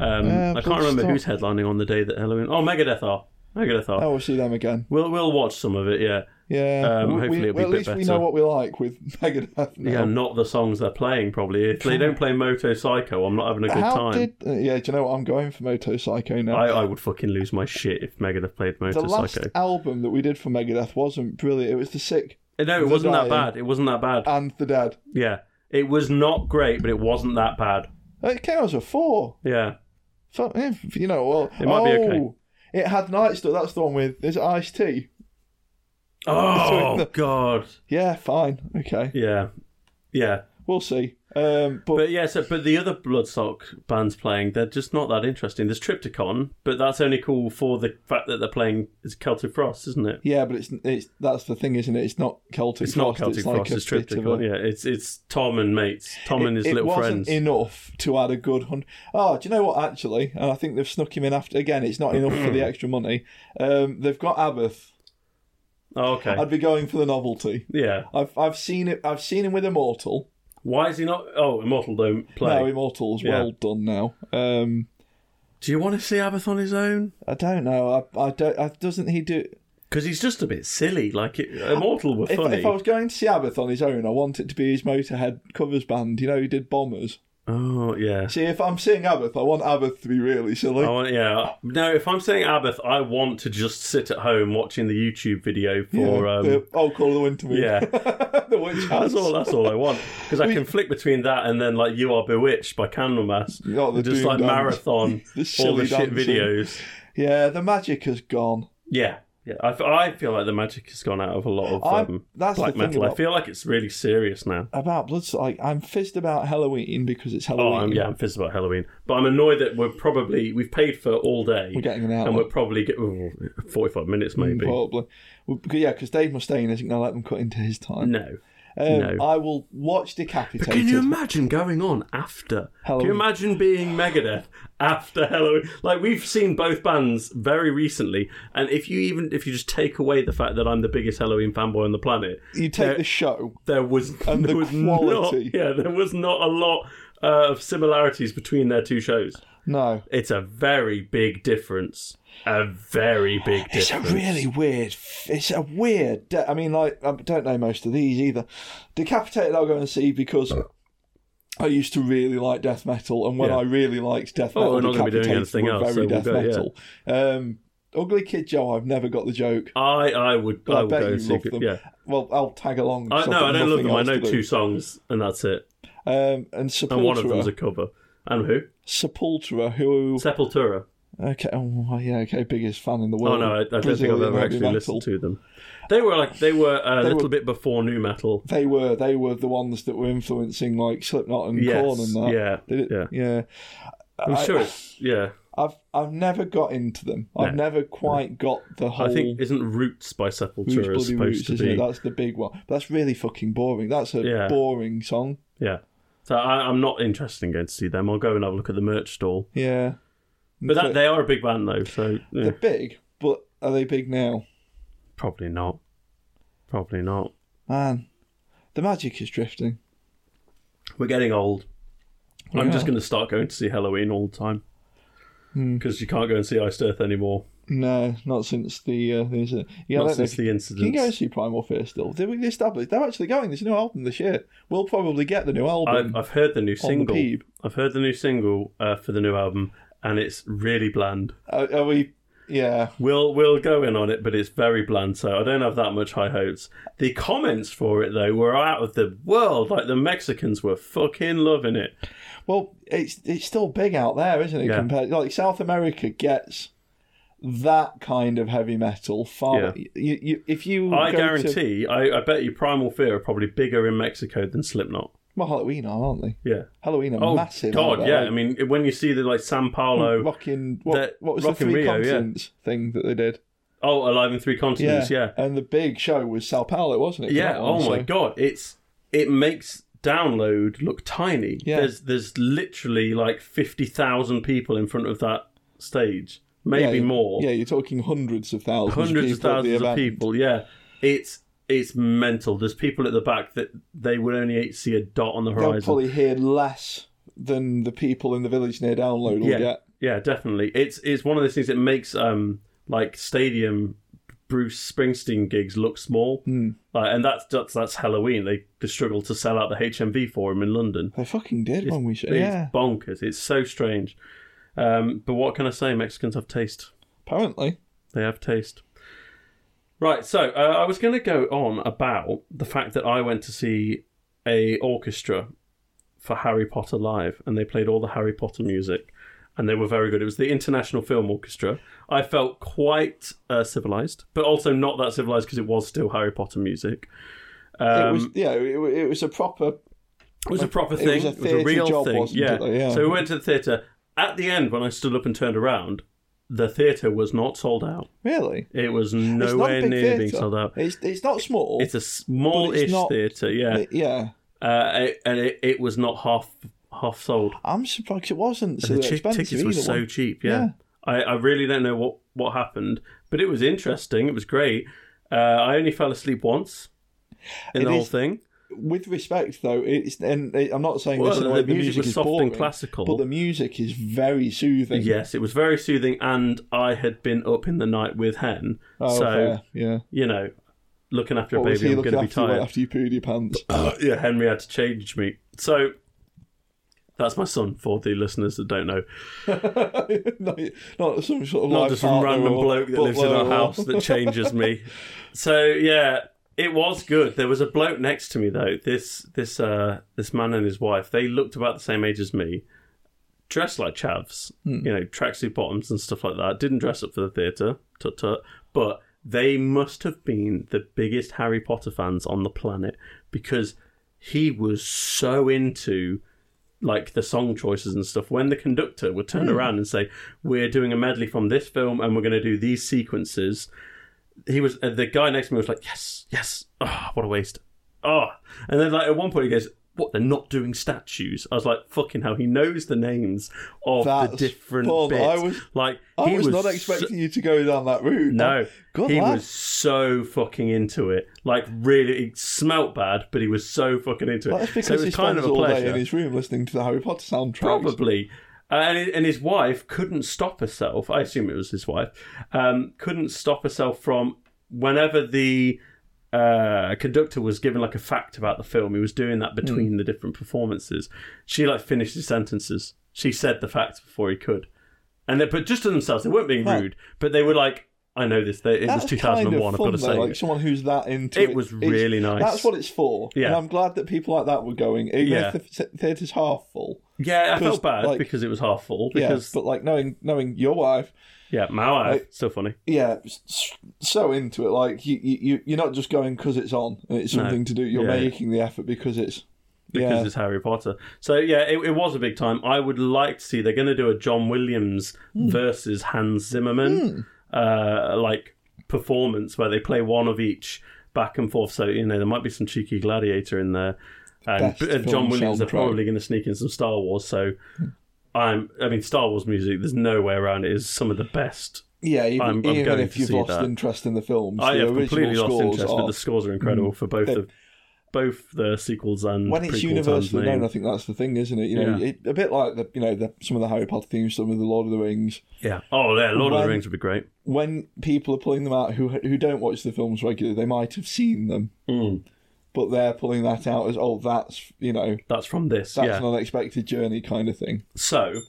D: Um,
E: Yeah,
D: I can't remember
E: Bloodstock.
D: who's headlining on the day that Halloween. Oh, Megadeth are. Megadeth are.
E: Oh, we'll see them again.
D: We'll we'll watch some of it. Yeah,
E: Yeah,
D: Um,
E: we-
D: hopefully
E: we,
D: it'll be
E: well,
D: a
E: at
D: bit
E: least we know
D: better.
E: what we like with Megadeth. Now.
D: yeah. Not the songs they're playing probably. If they don't play Moto Psycho, I'm not having a good
E: How
D: time.
E: did? uh, yeah, do you know what? I'm going for Moto Psycho now.
D: I, I would fucking lose my shit if Megadeth played Uh,
E: the
D: Motor
E: last
D: Psycho. album
E: album that we did for Megadeth wasn't brilliant. It was the sick
D: no, it
E: The
D: wasn't that
E: Dying.
D: bad. It wasn't that bad.
E: and the dead.
D: Yeah, it was not great, but it wasn't that bad.
E: It came out as a four.
D: Yeah,
E: Fuck, eh, You know, well,
D: It might be
E: oh,
D: okay.
E: It had nights. Though that's the one with is Ice T.
D: Oh God!
E: Yeah, fine, okay,
D: Yeah, yeah.
E: we'll see. Um, but,
D: But yeah, so, but the other Bloodstock bands playing, they're just not that interesting. There's Triptychon, but that's only cool for the fact that they're playing is Celtic Frost, isn't it?
E: yeah, but it's it's that's the thing, isn't it? It's not Celtic.
D: It's not
E: Frost,
D: Celtic
E: it's like
D: Frost.
E: a
D: It's
E: bit of a-
D: Triptychon. Yeah, it's it's Tom and mates. Tom and his
E: it
D: little
E: wasn't
D: friends.
E: enough to add a good hundred. Oh, do you know what? Actually, and I think they've snuck him in after. Again, it's not enough for the extra money. Um, they've got Abbott.
D: Oh, okay.
E: I'd be going for the novelty.
D: Yeah.
E: I've I've seen it. I've seen him with Immortal.
D: Why is he not? Oh, Immortal don't play.
E: No, Immortal's
D: Yeah.
E: well done now. Um,
D: Do you want to see Abath on his own?
E: I don't know. I I don't. I, doesn't he do?
D: Because he's just a bit silly. Like it, Immortal were
E: If,
D: funny.
E: if I was going to see Abbott on his own, I want it to be his Motorhead covers band. You know, he did Bombers.
D: Oh yeah.
E: See, if I'm seeing Abbott, I want Abbott to be really silly.
D: I want, yeah. No, if I'm saying Abath, I want to just sit at home watching the YouTube video for.
E: yeah,
D: um,
E: the- oh, Call of the Winter Moon.
D: yeah.
E: the Witch
D: That's
E: House.
D: all. That's all I want because I can flick between that and then like you are bewitched by Candlemass,
E: Oh, the
D: just
E: Doom
D: like
E: Dance.
D: marathon all
E: The
D: the
E: silly
D: shit
E: dancing.
D: videos.
E: Yeah, the magic has gone.
D: Yeah, yeah. I, f- I feel like the magic has gone out of a lot of
E: I-
D: um,
E: that's the
D: black
E: thing
D: metal. I
E: about-
D: feel like it's really serious now.
E: About blood, like I'm fizzed about Halloween because it's
D: Oh,
E: Halloween.
D: I'm, yeah, I'm pissed about Halloween, but I'm annoyed that we're probably we've paid for all day.
E: We're getting an
D: and
E: hour.
D: we're probably getting 45 minutes maybe.
E: Probably. Well, c- yeah, because Dave Mustaine isn't going to let them cut into his time.
D: No.
E: Um,
D: no.
E: I will watch Decapitated.
D: Can you imagine going on after? Can
E: Halloween.
D: you imagine being Megadeth after Halloween? Like we've seen both bands very recently, and if you even if you just take away the fact that I'm the biggest Halloween fanboy on the planet,
E: You
D: Yeah.
E: take the show.
D: there was
E: And
D: there
E: the
D: was
E: quality.
D: not yeah there was not a lot uh, of similarities between their two shows.
E: No.
D: It's a very big difference. A very big
E: It's
D: difference.
E: a really weird. f- It's a weird. De- I mean, like I don't know most of these either. Decapitated, I'll go and see because I used to really like death metal, and when
D: Yeah.
E: I really liked death
D: Oh,
E: metal,
D: we're not gonna be doing
E: Decapitated
D: anything
E: were
D: else, so
E: very
D: we'll
E: death
D: go, yeah.
E: metal. Um, Ugly Kid Joe, I've never got the joke.
D: I I would
E: But
D: I
E: I,
D: would
E: bet
D: go
E: you
D: see
E: love them.
D: yeah.
E: Well, I'll tag along.
D: I,
E: 'cause
D: no, I
E: I've got
D: don't love
E: nothing
D: them. I
E: else
D: know
E: to do.
D: two songs, and that's it.
E: Um, and Sepultura.
D: And one of them's a cover. And who?
E: Sepultura, who
D: Sepultura.
E: Okay, oh, yeah, okay, biggest fan in the
D: Oh
E: world.
D: no, I, I don't think I've
E: Brazilian
D: ever
E: heavy
D: actually
E: metal.
D: listened to them. They were like they were a
E: They
D: little
E: were-
D: bit before new metal.
E: They were they were the ones that were influencing like Slipknot and
D: Yes,
E: Korn and that.
D: yeah,
E: They did-
D: yeah.
E: yeah.
D: I'm
E: I-
D: sure it's yeah.
E: I've I've never got into them. I've
D: No.
E: never quite got the whole.
D: I think isn't Roots by
E: Roots,
D: Sepultura
E: Bloody
D: supposed
E: Roots,
D: to
E: isn't
D: be?
E: it? That's the big one. But that's really fucking boring. That's a
D: Yeah.
E: boring song.
D: Yeah. So I, I'm not interested in going to see them. I'll go and have a look at the merch stall.
E: Yeah.
D: But that,
E: So-
D: they are a big band though, so yeah,
E: They're big, but are they big now?
D: probably not. Probably not.
E: Man, the magic is drifting.
D: We're getting old. I'm
E: Yeah. Hmm.
D: just going to start going to see Halloween all the time because you can't go and see Iced Earth anymore.
E: No, not since the uh, there's a-
D: Not
E: yeah. I don't know
D: since the
E: if- Can you
D: incident.
E: go and see Primal Fear still? Did we establish they're actually going? There's a new album this year. We'll probably get the new album.
D: I've, I've heard the new
E: the
D: single.
E: Peeb.
D: I've heard the new single uh, for the new album, and it's really bland.
E: Are, are we? Yeah.
D: We'll we'll go in on it, but it's very bland, so I don't have that much high hopes. The comments for it though were out of the world. Like the Mexicans were fucking loving it.
E: Well, it's it's still big out there, isn't it?
D: Yeah.
E: Compared like South America gets that kind of heavy metal far. You, you, if you
D: I
E: go to,
D: guarantee. I, I bet you Primal Fear are probably bigger in Mexico than Slipknot.
E: well, Halloween are, aren't they?
D: Yeah.
E: Halloween are
D: Oh
E: massive.
D: God,
E: aren't they?
D: yeah. I
E: Like,
D: mean, when you see the like San Paulo,
E: rocking what,
D: that-
E: what was
D: Rock
E: the
D: in
E: three
D: Rio, yeah.
E: continents thing that they did?
D: oh, Alive in Three Continents, yeah,
E: And the big show was Sao Paulo, wasn't it? for
D: Yeah.
E: that one?
D: Oh my
E: So-
D: god, it's it makes download look tiny.
E: Yeah.
D: There's there's literally like fifty thousand people in front of that stage, maybe
E: yeah,
D: more,
E: Yeah, you're talking hundreds of thousands.
D: hundreds of
E: people at the
D: thousands of
E: event.
D: people. Yeah, it's it's mental. There's people at the back that they would only see a dot on the
E: They'll
D: horizon.
E: probably hear less than the people in the village near Download will
D: yeah,
E: get.
D: yeah, definitely. It's it's one of those things that makes um like stadium Bruce Springsteen gigs look small,
E: Hmm.
D: uh, and that's, that's that's Halloween. They they struggled to sell out the HMV for him in London.
E: They fucking did when we should.
D: It's
E: Yeah,
D: bonkers. It's so strange. Um, but what can I say? Mexicans have taste.
E: apparently.
D: They have taste. Right. So uh, I was going to go on about the fact that I went to see a orchestra for Harry Potter live, and they played all the Harry Potter music, and they were very good. It was the International Film Orchestra. I felt quite uh, civilized, but also not that civilized because it was still Harry Potter music.
E: it
D: Um,
E: was yeah, it, wa- it was a proper
D: It was a proper
E: It
D: thing.
E: was a theatre
D: real
E: job,
D: thing.
E: wasn't
D: yeah.
E: it, though? Yeah.
D: So we went to the theatre. At the end, when I stood up and turned around, the theatre was not sold out.
E: really.
D: It was
E: It's not a
D: nowhere
E: big
D: near
E: theatre.
D: being sold out.
E: It's it's not small.
D: It's a small-ish
E: not-
D: theatre, yeah,
E: It- yeah.
D: uh, it- and it, it was not half half sold.
E: I'm surprised it wasn't so
D: the chi-
E: expensive
D: tickets were
E: either
D: so
E: one.
D: cheap. Yeah,
E: Yeah.
D: I, I really don't know what what happened, but it was interesting. It was great. Uh, I only fell asleep once in
E: It
D: the whole
E: is-
D: thing.
E: With respect, though, it's and it, I'm not saying
D: Well,
E: this in a
D: the
E: way the
D: music
E: music
D: was
E: is
D: soft and
E: boring,
D: classical.
E: but the music is very soothing.
D: Yes, it was very soothing, and I had been up in the night with Hen,
E: Oh,
D: so
E: fair, yeah.
D: you know, looking after a
E: What was
D: baby,
E: he
D: I'm going to
E: looking
D: be
E: after you
D: tired.
E: after you pooed your pants?
D: yeah, Henry had to change me. So that's my son for the listeners that don't know.
E: not, not some sort of
D: Not
E: like
D: just some
E: partner
D: random
E: or
D: bloke that lives in
E: butler
D: our
E: or-
D: house that changes me. So yeah, it was good. There was a bloke next to me though. This this uh this man and his wife. They looked about the same age as me, dressed like chavs,
E: Hmm.
D: you know, tracksuit bottoms and stuff like that. Didn't dress up for the theatre, tut tut. But they must have been the biggest Harry Potter fans on the planet because he was so into like the song choices and stuff when the conductor would
E: Hmm.
D: turn around and say we're doing a medley from this film and we're going to do these sequences he was uh, the guy next to me was like yes yes oh what a waste oh and then like at one point he goes what they're not doing statues i was like fucking hell he knows the names of
E: That's
D: the different
E: fun.
D: bits
E: I was-
D: like
E: I
D: he
E: was, not
D: so-
E: expecting you to go down that route.
D: no,
E: Oh, good
D: he
E: lad.
D: was so fucking into it. Like, really, it smelt bad, but he was so fucking into it.
E: Well, that's
D: so it
E: because
D: was
E: he
D: kind of
E: spends
D: a
E: all
D: pleasure.
E: day in his room listening to the Harry Potter soundtrack.
D: Probably. Uh, and, and his wife couldn't stop herself. I assume it was his wife. Um, couldn't stop herself from whenever the uh, conductor was given like a fact about the film. He was doing that between
E: Hmm.
D: the different performances. She like finished his sentences. She said the facts before he could. And they but just to themselves. They weren't being
E: Well-
D: rude, but they were like, "I know this. They, it was
E: That's
D: 2001.
E: Kind of
D: I've
E: fun,
D: got to
E: though,
D: say."
E: like
D: it.
E: someone who's that into
D: It
E: it.
D: was
E: It's-
D: really nice.
E: That's what it's for.
D: Yeah.
E: And I'm glad that people like that were going, even
D: Yeah.
E: if the th- theatre's half full.
D: Yeah, I
E: 'Cause,
D: felt bad
E: like-
D: because it was half full.
E: Yeah,
D: Because
E: but like knowing knowing your wife,
D: yeah, my wife,
E: Like-
D: so funny.
E: yeah, s- s- so into it. Like you, you- you, you're not just going because it's on and it's
D: No.
E: something to do. You're
D: Yeah.
E: making the effort because it's
D: because
E: yeah,
D: it's Harry Potter. So yeah, it, it was a big time. I would like to see they're going to do a John Williams
E: Hmm.
D: versus Hans Zimmerman uh, like performance where they play one of each back and forth. So you know there might be some cheeky gladiator in there, and,
E: Best
D: and
E: film Hmm.
D: John Williams are
E: soundtrack.
D: probably going to sneak in some Star Wars. So I'm, I mean, Star Wars music. There's no way around it. Is some of the best.
E: yeah. Even,
D: I'm- I'm
E: even
D: going
E: if
D: to
E: you've
D: see
E: lost
D: that.
E: interest in the films,
D: I
E: the
D: have completely
E: original
D: lost
E: scores
D: interest, but
E: are- Hmm.
D: the scores are incredible for both
E: They-
D: the both the sequels and
E: when it's
D: prequel
E: universally
D: Mm, times name.
E: known, I think that's the thing, isn't it? You know,
D: Yeah.
E: it, a bit like the you know the, some of the Harry Potter themes, some of the Lord of the Rings.
D: Yeah. Oh, yeah. Lord of the
E: When-
D: Rings would be great.
E: When people are pulling them out who who don't watch the films regularly, they might have seen them,
D: Hmm.
E: but they're pulling that out as oh that's you know
D: That's from this.
E: that's
D: yeah.
E: an unexpected journey kind of thing.
D: So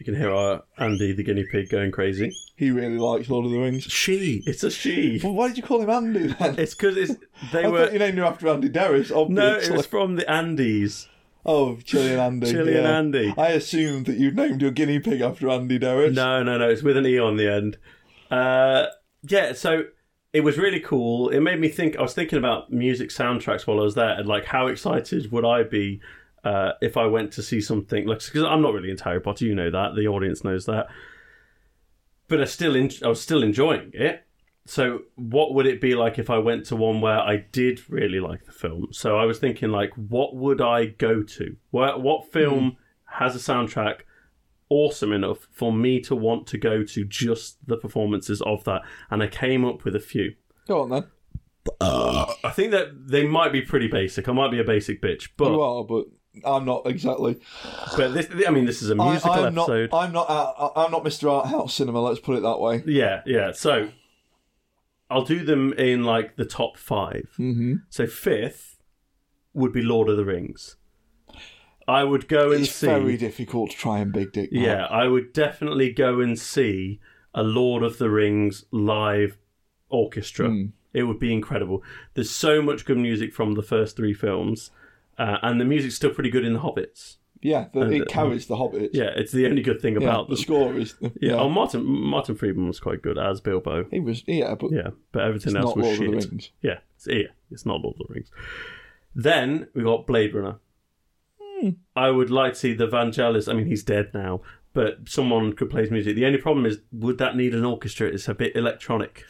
D: you can hear our Andy the guinea pig going crazy.
E: He really likes Lord of the Rings.
D: She. It's a she.
E: Well, why did you call him Andy then?
D: It's because it's they
E: I
D: were.
E: thought you named him after Andy Derris. Obviously.
D: no, it was from the Andes.
E: Oh, Chili and Andy.
D: Chili and
E: yeah.
D: Andy.
E: I assumed that you'd named your guinea pig after Andy Derris.
D: No, no, no. It's with an e on the end. Uh, yeah. So it was really cool. It made me think. I was thinking about music soundtracks while I was there, and like how excited would I be uh, if I went to see something like because I'm not really into Harry Potter. You know that. The audience knows that. But I still, en- I was still enjoying it. So what would it be like if I went to one where I did really like the film? So I was thinking like, what would I go to? Where, what film has a soundtrack awesome enough for me to want to go to just the performances of that? And I came up with a few.
E: Go on then.
D: I think that they might be pretty basic. I might be a basic bitch,
E: You
D: but
E: are, but I'm not exactly.
D: but this, I mean, this is a musical
E: I, I'm
D: episode.
E: Not, I'm not. Out, I'm not Mr. Art House Cinema. Let's put it that way.
D: Yeah, yeah. So I'll do them in like the top five.
E: Mm-hmm.
D: So fifth would be Lord of the Rings. I would go and
E: It's
D: see.
E: very difficult to try and big dick. Mark.
D: yeah, I would definitely go and see a Lord of the Rings live orchestra.
E: Hmm.
D: It would be incredible. There's so much good music from the first three films, uh, and the music's still pretty good in The Hobbits.
E: yeah. The, it carries the Hobbits.
D: uh, Yeah, it's the only good thing
E: Yeah,
D: about
E: the
D: them.
E: score is. Yeah,
D: Yeah. Oh, Martin Martin Friedman was quite good as Bilbo.
E: he was. Yeah, but
D: Yeah, but everything
E: it's
D: else
E: not
D: was
E: Lord
D: shit.
E: of the Rings.
D: Yeah, it's, yeah, it's not Lord of the Rings. Then we got Blade Runner.
E: Hmm.
D: I would like to see the Vangelis. I mean, he's dead now, but someone could play his music. The only problem is, would that need an orchestra? It's a bit electronic.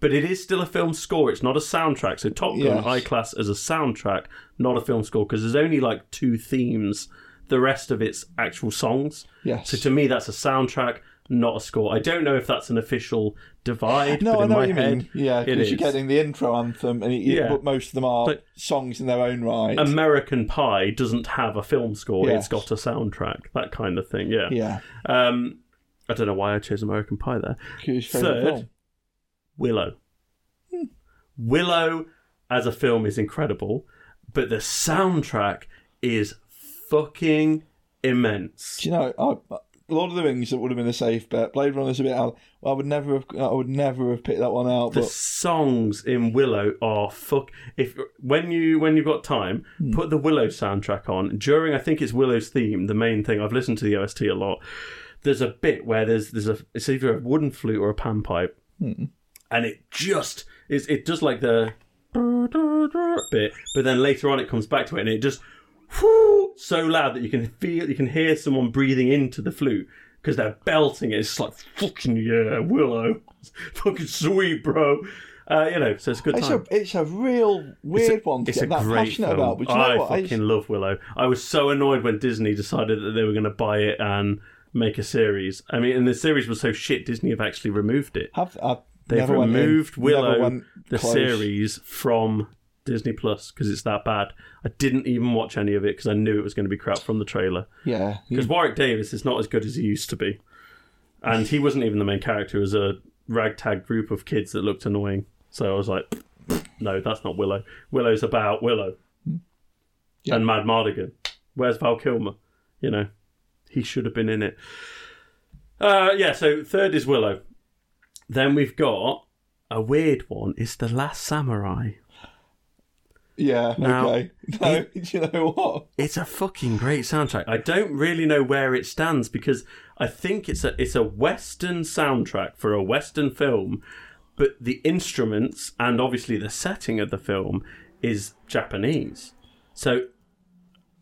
D: But it is still a film score. It's not a soundtrack. So Top Gun
E: Yes.
D: I class as a soundtrack, not a film score, because there's only like two themes. The rest of it's actual songs.
E: Yes.
D: So to me, that's a soundtrack, not a score. I don't know if that's an official divide.
E: No,
D: but
E: I
D: in
E: know
D: my
E: what you
D: head,
E: mean. Yeah,
D: it
E: because you're
D: is.
E: getting the intro anthem, and you,
D: Yeah.
E: but most of them are
D: But- Um,
E: songs in their own right.
D: American Pie doesn't have a film score;
E: Yes.
D: it's got a soundtrack, that kind of thing. Yeah.
E: yeah,
D: Um, I don't know why I chose American Pie there.
E: 'cause it's favourite
D: Third,
E: film. Hmm.
D: Willow. Willow as a film is incredible, but the soundtrack is fucking immense.
E: Do you know, I, Lord of the Rings that would have been a safe bet. Blade Runner's a bit out. I would never have. I would never have picked that one out.
D: The
E: But
D: songs in Willow are fuck. If when you when you've got time, put the Willow soundtrack on during. I think it's Willow's theme, the main thing. I've listened to the OST a lot. There's a bit where there's there's a it's either a wooden flute or a panpipe, and it just is it does like the bit, but then later on it comes back to it and it just whoo, so loud that you can feel you can hear someone breathing into the flute because they're belting it. It's just like fucking yeah, Willow, It's fucking sweet, bro. Uh, you know, so it's a good
E: it's
D: time.
E: a it's a real weird one to
D: It's a
E: get that
D: great
E: passionate
D: film.
E: about. But you know
D: I
E: what? I-
D: fucking love Willow. I was so annoyed when Disney decided that they were going to buy it and make a series. I mean, and the series was so shit. Disney have actually removed it.
E: have I've
D: They've
E: never went in,
D: removed
E: never
D: Willow,
E: went
D: the
E: close.
D: series, from Disney Plus because it's that bad. I didn't even watch any of it because I knew it was going to be crap from the trailer.
E: Yeah,
D: Because Warwick Davis is not as good as he used to be, and he wasn't even the main character. It was a ragtag group of kids that looked annoying. So I was like, no, that's not Willow. Willow's about Willow
E: Yeah.
D: and Mad Mardigan. Where's Val Kilmer? You know, he should have been in it. Uh, yeah, so third is Willow. Then we've got a weird one. It's The Last Samurai.
E: Yeah,
D: Now-
E: okay. No, do you know what?
D: It's a fucking great soundtrack. I don't really know where it stands because I think it's a it's a western soundtrack for a western film, but the instruments and obviously the setting of the film is Japanese. So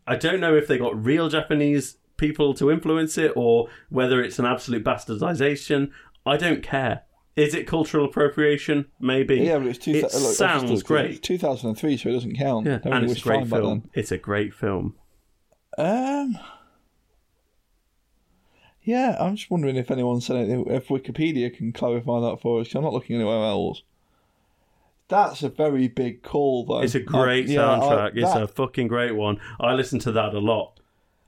D: I don't know if they got real Japanese people to influence it or whether it's an absolute bastardization. I don't care. Is it cultural appropriation? Maybe.
E: Yeah, but it's two.
D: it sounds great.
E: Two thousand and three, so it doesn't count.
D: Yeah,
E: Nobody
D: and
E: was
D: it's a great
E: fine by
D: film. It's a great film.
E: then. Um. Yeah, I'm just wondering if anyone said anything, if Wikipedia can clarify that for us. 'cause I'm not looking anywhere else. That's a very big call, though.
D: It's a
E: I-
D: great
E: yeah, I-
D: soundtrack. it's
E: that-
D: a fucking great one. I listen to that a lot.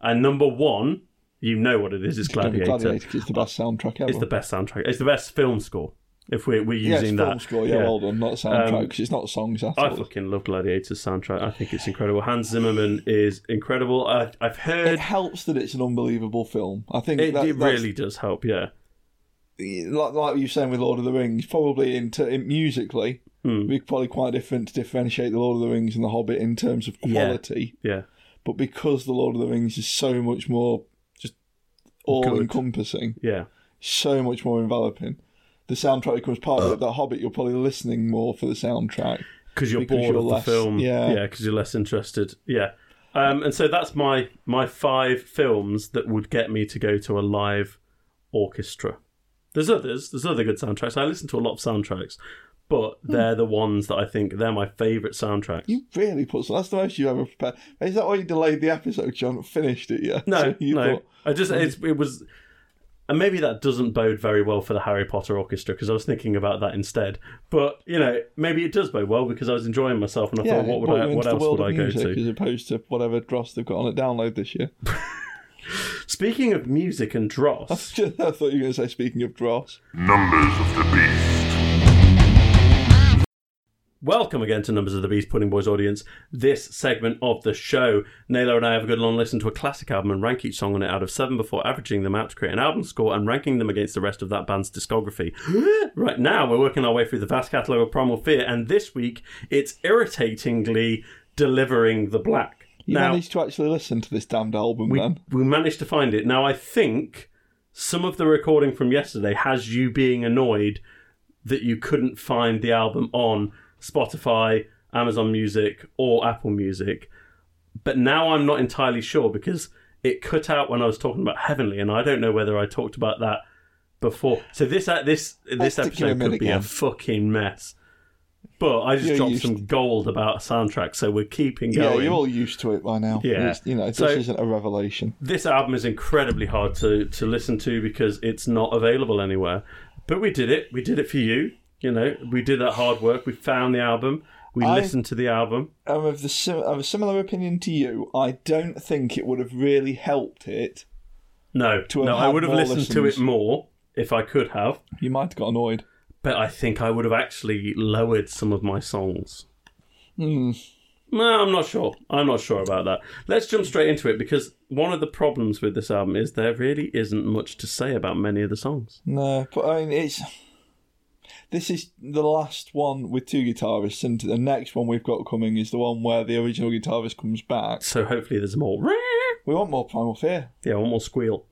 D: And number one, you know what it is. It's Gladiator.
E: Gladiator. It's the best soundtrack ever.
D: It's the best soundtrack. It's the best film score. If we're, we're
E: yeah, it's
D: using
E: film
D: that, Um,
E: score. Yeah, well done. Not soundtrack. 'cause it's not songs at all.
D: I fucking love Gladiator's soundtrack. I think it's incredible. Hans Zimmerman is incredible. I, I've
E: it
D: heard
E: helps that it's an unbelievable film. I think
D: it,
E: that,
D: it
E: that's-
D: really does help. Yeah,
E: like like you were saying with Lord of the Rings, probably in, ter- in musically,
D: Hmm.
E: we're probably quite different to differentiate the Lord of the Rings and the Hobbit in terms of quality.
D: yeah.
E: But because the Lord of the Rings is so much more just all encompassing,
D: Yeah,
E: so much more enveloping, the soundtrack becomes part of it. The Hobbit, you're probably listening more for the soundtrack.
D: because you're
E: Because
D: bored
E: you're
D: of
E: less-
D: the film.
E: yeah.
D: because you're less interested. Yeah, um, and so that's my my five films that would get me to go to a live orchestra. There's others. There's other good soundtracks. I listen to a lot of soundtracks, but they're the ones that I think they're my favourite soundtracks.
E: Hmm. You really put some. That's the most you ever prepared. Is that why you delayed the episode? 'cause You haven't finished it yet.
D: no,
E: So you
D: no.
E: thought,
D: I just it's, it was, and maybe that doesn't bode very well for the Harry Potter orchestra because I was thinking about that instead. But you know, maybe it does bode well because I was enjoying myself and I
E: yeah,
D: thought, what
E: brought
D: would I?
E: you into
D: What
E: the
D: else
E: world
D: would I
E: of
D: go
E: music
D: to?
E: As opposed to whatever dross they've got on it download this year.
D: Speaking of music and
E: I
D: dross,
E: thought you were going to say, speaking of dross.
B: Numbers of the Beast.
D: welcome again to Numbers of the Beast Pudding Boys audience. This segment of the show, Naylor and I have a good long listen to a classic album and rank each song on it out of seven before averaging them out to create an album score and ranking them against the rest of that band's discography. right now, we're working our way through the vast catalogue of Primal Fear, and this week it's irritatingly delivering the black.
E: You
D: now,
E: managed to actually listen to this damned album,
D: we,
E: man.
D: we managed to find it. Now, I think some of the recording from yesterday has you being annoyed that you couldn't find the album on Spotify, Amazon Music, or Apple Music. But now I'm not entirely sure because it cut out when I was talking about Heavenly, and I don't know whether I talked about that before. So this uh, this this
E: Let's stick you in
D: episode
E: mid
D: could be a
E: again.
D: fucking mess. But I just
E: You're
D: dropped
E: used
D: some gold about soundtrack, so we're keeping
E: Yeah,
D: going
E: you're all used to it by now.
D: Yeah.
E: It's- you know, this
D: So-
E: isn't a revelation.
D: this album is incredibly hard to, to listen to because it's not available anywhere. But we did it. We did it for you. You know, we did that hard work. We found the album. We
E: I-
D: listened to the album.
E: I'm Um, of, the sim- I'm of a similar opinion to you. I don't think it would have really helped it.
D: No,
E: To have
D: no, I
E: had
D: would have
E: more
D: listened to it
E: listens.
D: more if I could have.
E: You might have got annoyed.
D: But I think I would have actually lowered some of my songs.
E: Hmm.
D: No, I'm not sure. I'm not sure about that. Let's jump straight into it because one of the problems with this album is there really isn't much to say about many of the songs.
E: No, but I mean, it's. This is the last one with two guitarists, and the next one we've got coming is the one where the original guitarist comes back.
D: So hopefully there's more.
E: We want more Primal Fear,
D: Yeah, one more squeal.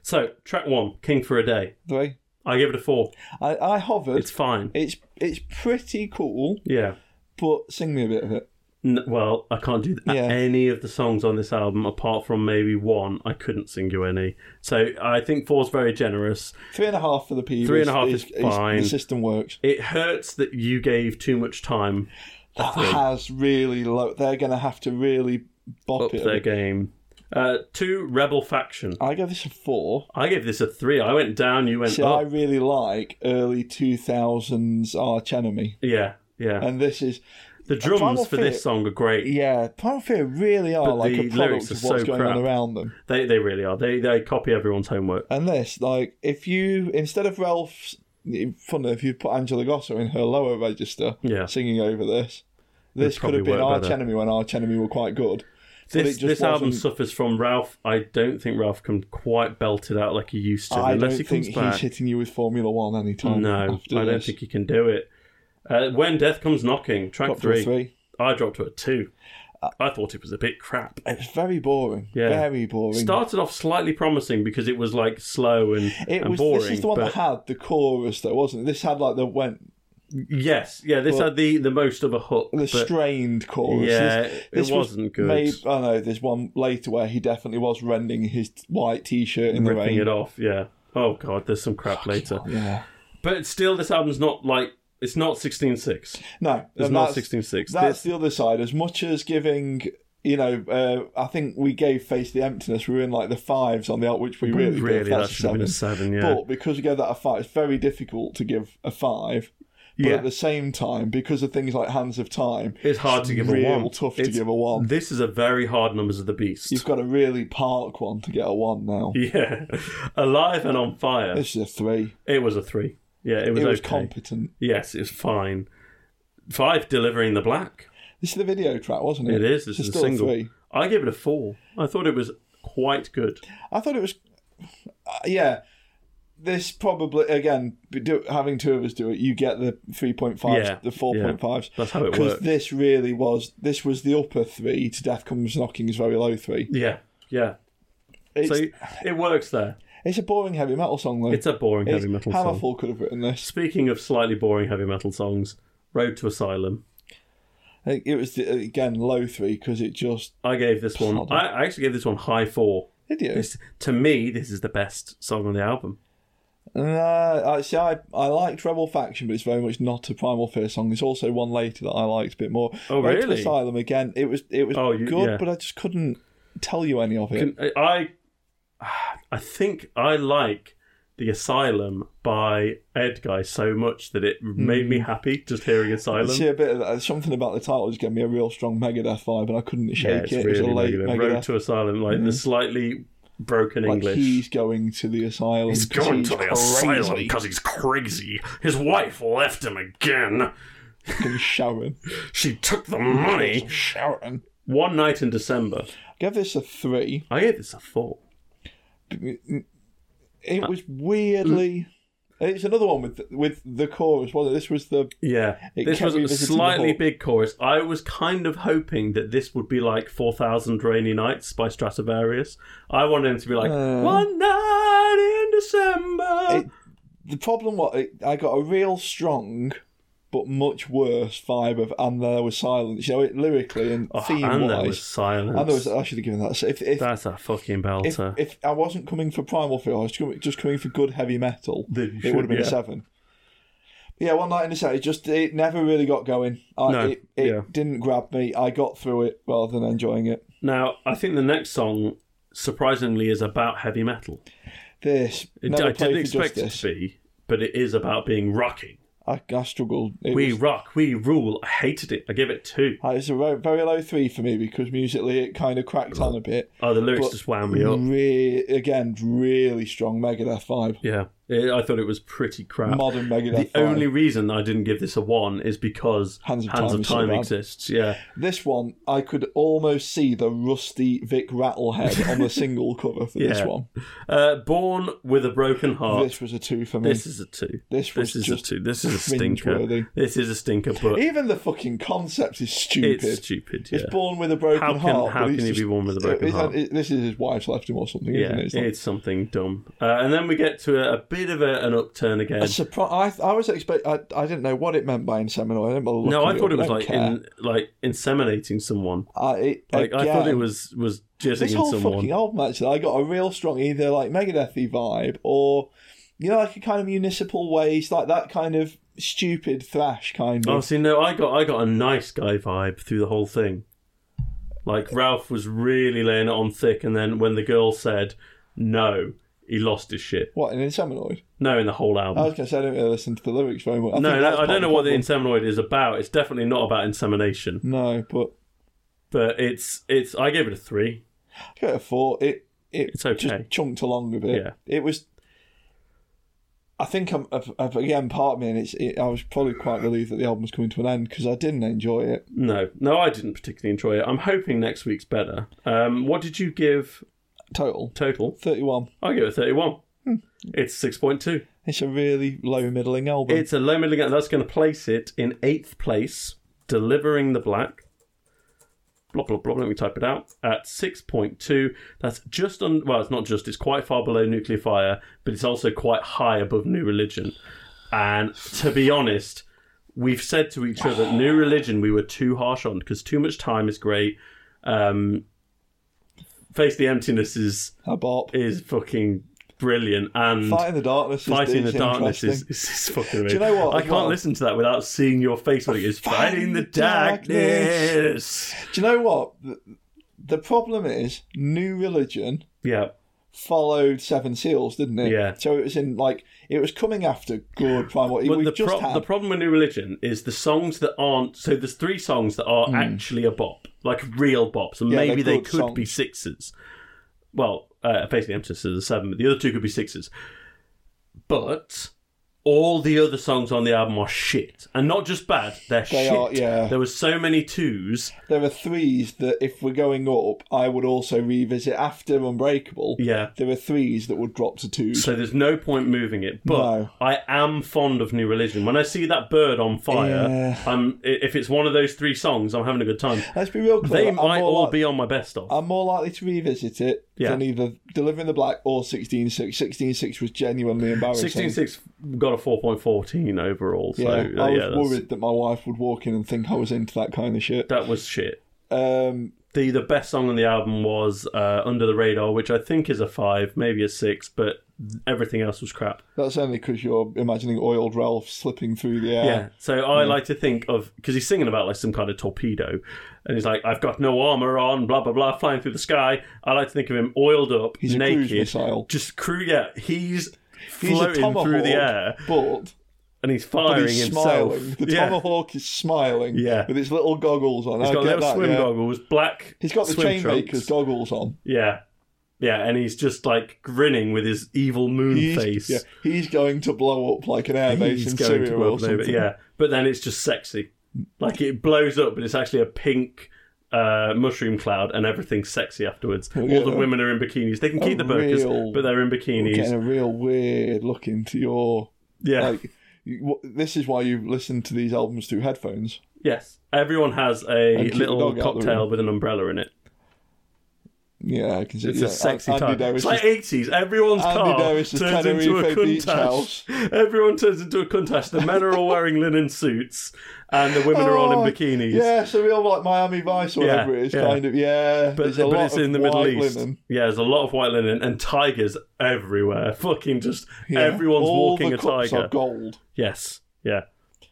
D: So, track one, King for a Day.
E: do we?
D: I give it a four.
E: I, I hovered.
D: It's fine.
E: it's it's pretty cool,
D: Yeah.
E: but sing me a bit of it.
D: N- well, I can't do th-
E: Yeah.
D: any of the songs on this album apart from maybe one. I couldn't sing you any. So, I think four's very generous.
E: Three and a half for the P.
D: Three and a half is fine.
E: The system works.
D: It hurts that you gave too much time
E: That has really low. They're going to have to really bop
D: up
E: it. a
D: their
E: bit.
D: game. Uh, two, Rebel Faction.
E: I give this a four.
D: I gave this a three. I went down, you went
E: See, I
D: up.
E: really like early two thousands Arch Enemy,
D: Yeah, yeah.
E: and this is
D: the
E: Primal
D: drums for
E: Fear-
D: this song are great.
E: yeah. Primal Fear really are
D: But
E: like
D: the
E: a
D: lyrics
E: product
D: are
E: of what's
D: so
E: going on
D: crap.
E: around them.
D: They, they really are. They, they copy everyone's homework.
E: And this, like, if you instead of Ralph's funny, if you put Angela Gosser in her lower register,
D: Yeah.
E: singing over this, this could
D: probably
E: have been
D: work
E: Arch
D: better.
E: Enemy when Arch Enemy were quite good. But
D: This,
E: it just
D: this album
E: wasn't-
D: suffers from Ralph. I don't think Ralph can quite belt it out like he used to,
E: I
D: unless
E: don't
D: he
E: think
D: comes back.
E: he's hitting you with Formula One anytime.
D: no, I
E: after
D: don't
E: this.
D: think he can do it. Uh, when Death Comes Knocking, track
E: Top
D: three.
E: three. Uh,
D: I dropped it at two. I thought it was a bit crap.
E: It's very boring.
D: Yeah.
E: Very boring.
D: Started off slightly promising because it was like slow and,
E: it
D: and
E: was.
D: boring.
E: this is the one
D: but
E: that had the chorus, though, wasn't it? This had like the went
D: yes, yeah, this
E: but-
D: had the, the most of a hook.
E: the
D: but
E: strained chorus.
D: Yeah,
E: this,
D: it
E: this was
D: wasn't good.
E: Made, I know. There's one later where he definitely was rending his white t-shirt in the
D: ripping
E: rain.
D: it off. Yeah. Oh god, there's some crap later.
E: Yeah.
D: But still, this album's not like it's not sixteen six.
E: No,
D: It's
E: and
D: not
E: that's-
D: sixteen six.
E: That's the other side. As much as giving, you know, uh, I think we gave Face the Emptiness, we were in like the fives on the out, which we really,
D: Mm, really
E: did.
D: that should have been a seven. Yeah.
E: But because we gave that a five, it's very difficult to give a five. But
D: Yeah.
E: at the same time, because of things like Hands of Time,
D: It's hard to give a
E: real
D: one.
E: tough to
D: It's-
E: give a one.
D: This is a very hard Numbers of the Beast.
E: you've got to really park one to get a one now.
D: Yeah, alive and on fire.
E: This is a three.
D: It was a three. Yeah, it was,
E: It was
D: okay.
E: competent.
D: yes, it was fine. Five delivering the black.
E: This is the video track, wasn't it?
D: It is. This
E: It's
D: is a
E: still
D: single.
E: three.
D: I gave it a four. I thought it was quite good.
E: I thought it was, uh, yeah. This probably again do, having two of us do it, you get the three point fives,
D: Yeah,
E: the four point fives.
D: That's how it
E: Because
D: worked.
E: this really was this was the upper three to Death Comes Knocking's very low three.
D: yeah, yeah.
E: It's,
D: So it works there.
E: it's a boring heavy metal song though.
D: It's a boring
E: It's-
D: heavy metal song.
E: Hammerfall could have written this.
D: Speaking of slightly boring heavy metal songs, Road to Asylum.
E: I think It was the, again low three because it just
D: I gave this one.
E: Pardon?
D: I I actually gave this one high four.
E: did you.
D: This, to me, this is the best song on the album.
E: Nah, I see. I I liked Rebel Faction, but it's very much not a Primal Fear song. There's also one later that I liked a bit more.
D: Oh,
E: Road to
D: really?
E: Asylum again. It was it was
D: Oh, you-
E: good,
D: yeah.
E: but I just couldn't tell you any of it.
D: Can, I, I think I like the Asylum by Ed Guy so much that it
E: Hmm.
D: made me happy just hearing Asylum.
E: See a bit of that. Something about the title just gave me a real strong Megadeth vibe, and I couldn't
D: yeah,
E: shake
D: it's
E: it.
D: really
E: it was a late
D: negative. Road
E: Megadeth.
D: to Asylum, like the slightly broken
E: uh, hmm. like
D: English.
E: he's going to the asylum.
D: He's
E: 'cause
D: going to the asylum
E: crazy.
D: because he's crazy. His wife left him again.
E: Fucking Sharon.
D: She took the money.
E: Sharon.
D: One night in December.
E: Give this a three.
D: I gave this a four. Uh,
E: It was weirdly. It's another one with with the chorus, wasn't it? This was the
D: Yeah,
E: It
D: this
E: kept
D: was a
E: revisiting the
D: slightly
E: whole-
D: big chorus. I was kind of hoping that this would be like 4,000 Rainy Nights by Stratovarius. I wanted him to be like,
E: Uh.
D: One night in December.
E: It- the problem was I got a real strong, but much worse vibe of and there was silence. You know, it lyrically and
D: Oh,
E: theme
D: and there
E: wise.
D: was silence. uh,
E: and there was. I should have given that. So if if,
D: That's a fucking
E: if,
D: belter.
E: if I wasn't coming for Primal Fear, I was coming- just coming for good heavy metal.
D: Then you
E: it would have been
D: should,
E: a
D: yeah.
E: seven. But yeah, one night in the set, it just it never really got going. I,
D: No,
E: it it
D: yeah.
E: didn't grab me. I got through it rather than enjoying it.
D: now, I think the next song, surprisingly, is about heavy metal.
E: This
D: It-
E: never
D: I didn't
E: played for
D: expect it
E: justice.
D: to be, but it is about being rocking.
E: I, I struggled. It
D: We
E: was-
D: rock, we rule. I hated it. I gave it two.
E: Uh, It's a very, very low three for me because musically it kind of cracked on a bit.
D: Oh, the lyrics
E: But
D: just wound me up.
E: Re- again, really strong Megadeth vibe.
D: Yeah, it, I thought it was pretty crap.
E: Modern Megadeth
D: The
E: vibe.
D: only reason I didn't give this a one is because
E: Hands of Time is so bad.
D: exists. Yeah,
E: This one, I could almost see the rusty Vic Rattlehead on the single cover for this
D: Yeah.
E: one.
D: uh, Born with a Broken Heart.
E: This was a two for me.
D: This, is a two.
E: This was
D: this is
E: just
D: a two. This is a stinker.
E: cringeworthy.
D: This is a stinker, but
E: Even the fucking concept is stupid.
D: it's stupid. Yeah,
E: It's born with a broken
D: How can-
E: heart.
D: how
E: but he's
D: can he
E: just-
D: be born with a broken
E: it's-
D: heart?
E: it- this is his wife's left him or something,
D: yeah,
E: isn't it?
D: it's,
E: like-
D: something dumb. Uh, and then we get to a, a bit of a, an upturn again.
E: a surprise. I, I was expect. I, I didn't know what it meant by inseminal. I didn't bother
D: No,
E: looking
D: I thought
E: up.
D: it was
E: don't
D: like
E: care.
D: in, like inseminating someone.
E: I, it,
D: Like I thought it
E: again,
D: was was jizzing
E: this
D: in
E: whole
D: someone.
E: fucking album actually i got a real strong either like megadethy vibe or you know like a kind of municipal waste like that kind of stupid thrash kind
D: Oh,
E: of
D: see, no, I got I got a nice guy vibe through the whole thing. Like Ralph was really laying it on thick, and then when the girl said no, he lost his shit.
E: what an inseminoid
D: No, in the whole
E: i
D: album.
E: was gonna say i don't really listen to the lyrics very much I
D: no,
E: think that's
D: no, I
E: part
D: don't
E: of
D: know what the
E: problem.
D: inseminoid is about. It's definitely not about insemination,
E: no but
D: but it's it's. I gave it a three.
E: i give it a four it it
D: It's okay.
E: just chunked along a bit
D: Yeah.
E: it was I think I'm I've- I've- again part of me, and it's. It, I was probably quite relieved that the album was coming to an end because I didn't enjoy it.
D: No, no, I didn't particularly enjoy it. I'm hoping next week's better. Um, what did you give
E: Total
D: total?
E: thirty-one.
D: I give it a thirty-one.
E: Hmm.
D: It's six point two.
E: It's a really low middling album.
D: It's a low middling. That's going to place it in eighth place, delivering the black. blah blah blah. Let me type it out at six point two. That's just on. Well, it's not just. It's quite far below nuclear fire, but it's also quite high above New Religion. And to be honest, we've said to each other, New Religion, we were too harsh on because too much time is great. Um, Face the emptiness is
E: A bop.
D: is fucking brilliant and.
E: Fight in the darkness. Is,
D: Fighting the
E: is
D: darkness is,
E: interesting.
D: is, is fucking amazing.
E: you know what,
D: I
E: as
D: can't
E: well?
D: listen to that without seeing your face when it goes, Fighting the darkness.
E: darkness. Do you know what? The, the problem is, New Religion
D: Yeah.
E: followed Seven Seals, didn't it?
D: Yeah.
E: So it was in like it was coming after Good Primal.
D: But
E: we
D: the,
E: just
D: pro-
E: had
D: the problem with New Religion is the songs that aren't. So there's three songs that are actually a bop, like real bops, and
E: Mm. Yeah,
D: maybe
E: they're
D: they
E: good
D: could be
E: songs.
D: sixes. Well, uh, facing the emphasis is a seven, but the other two could be sixes. But all the other songs on the album are shit, and not just bad; they're
E: They
D: shit.
E: are, yeah.
D: There were so many twos.
E: there are threes that if we're going up, I would also revisit after Unbreakable.
D: Yeah.
E: There are threes that would drop to twos.
D: So there's no point moving it. But
E: No.
D: I am fond of New Religion. When I see that bird on fire,
E: Yeah.
D: I'm, i- if it's one of those three songs, I'm having a good time.
E: Let's be real clear.
D: They
E: I'm
D: might
E: more
D: all
E: like-
D: be on my best of.
E: I'm more likely to revisit it
D: Yeah.
E: than either Delivering the Black or 16.6. 16.6 was genuinely embarrassing.
D: 16.6 got a 4.14 overall. So,
E: yeah,
D: uh,
E: I was
D: yeah, that's-
E: worried that my wife would walk in and think I was into that kind of shit.
D: that was shit.
E: Um,
D: The, the best song on the album was uh, Under the Radar, which I think is a 5, maybe a 6, but everything else was crap.
E: that's only because you're imagining oiled Ralph slipping through the air.
D: Yeah. So I like to think of because he's singing about like some kind of torpedo, and he's like, "I've got no armor on, blah blah blah, flying through the sky." I like to think of him oiled up,
E: He's a
D: naked,
E: cruise missile.
D: just crew. Yeah, he's
E: He's a
D: floating
E: tomahawk,
D: through the air,
E: but
D: and he's
E: but
D: firing
E: he's
D: himself.
E: smiling. The
D: yeah.
E: tomahawk is smiling.
D: Yeah.
E: with his little goggles on.
D: He's
E: I
D: got
E: get
D: little
E: that,
D: swim
E: yeah.
D: goggles, black.
E: He's got the
D: swim
E: chainmaker's
D: trunks.
E: goggles on.
D: Yeah, yeah, and he's just like grinning with his evil moon
E: He's,
D: face.
E: yeah, he's going to blow up like an airbase
D: He's
E: in
D: going
E: Syria
D: to
E: or
D: world over.
E: something.
D: Yeah, but then it's just sexy. Like it blows up, but it's actually a pink uh, mushroom cloud, and everything's sexy afterwards. All the
E: yeah.
D: women are in bikinis. They can keep the burkas,
E: real-
D: but they're in
E: We're
D: bikinis.
E: getting a real weird look into your
D: yeah.
E: like. you- what- This is why you listen to these albums through headphones.
D: yes. Everyone has a
E: keep the
D: little
E: dog out the
D: cocktail with an umbrella in it.
E: Yeah, I can see.
D: It's
E: yeah,
D: a sexy
E: Andy
D: time.
E: Davis
D: It's like
E: is-
D: eighties. Everyone's
E: Andy
D: car
E: Davis is
D: turns into a
E: Tenerife beach house.
D: cuntash. Everyone turns into a cuntash. The men are all wearing linen suits, and the women are all in
E: Oh,
D: bikinis.
E: yeah, so real like Miami Vice or
D: Yeah,
E: whatever it is,
D: yeah.
E: kind of. Yeah,
D: But,
E: there's a
D: but
E: lot
D: it's
E: of
D: in the
E: white
D: Middle East.
E: linen.
D: Yeah, there's a lot of white linen and tigers everywhere. Fucking just
E: Yeah.
D: everyone's
E: All
D: walking a
E: the cups
D: tiger.
E: Are gold.
D: yes, yeah.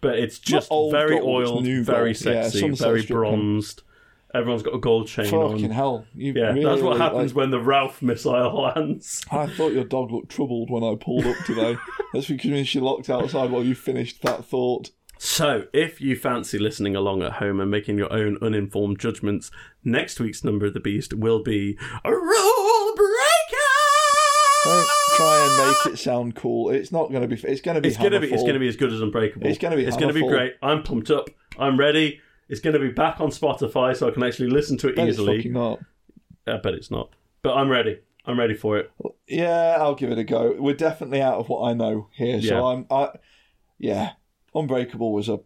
D: But it's just
E: old
D: very
E: gold, it's
D: oiled,
E: new
D: very
E: gold. Yeah,
D: sexy,
E: some
D: very
E: sort of
D: bronzed. Everyone's got a gold chain
E: Fucking
D: on.
E: hell! You
D: Yeah,
E: really,
D: that's what
E: like-
D: happens when the Ralph missile lands.
E: I thought your dog looked troubled when I pulled up today. That's because when she locked outside while you finished that thought.
D: So, if you fancy listening along at home and making your own uninformed judgments, next week's number of the beast will be a rule breaker.
E: Don't try and make it sound cool. It's not going to be. It's going to be.
D: It's gonna be it's
E: Hammerfall.
D: gonna be as good as Unbreakable.
E: It's gonna be
D: it's gonna be
E: Hammerfall.
D: great. I'm pumped up. I'm ready. It's gonna be back on Spotify, so I can actually listen to it
E: But it's
D: easily.
E: fucking up.
D: I bet it's not, but I'm ready. I'm ready for it.
E: Yeah, I'll give it a go. We're definitely out of what I know here, so
D: Yeah.
E: I'm. I, yeah, Unbreakable was a,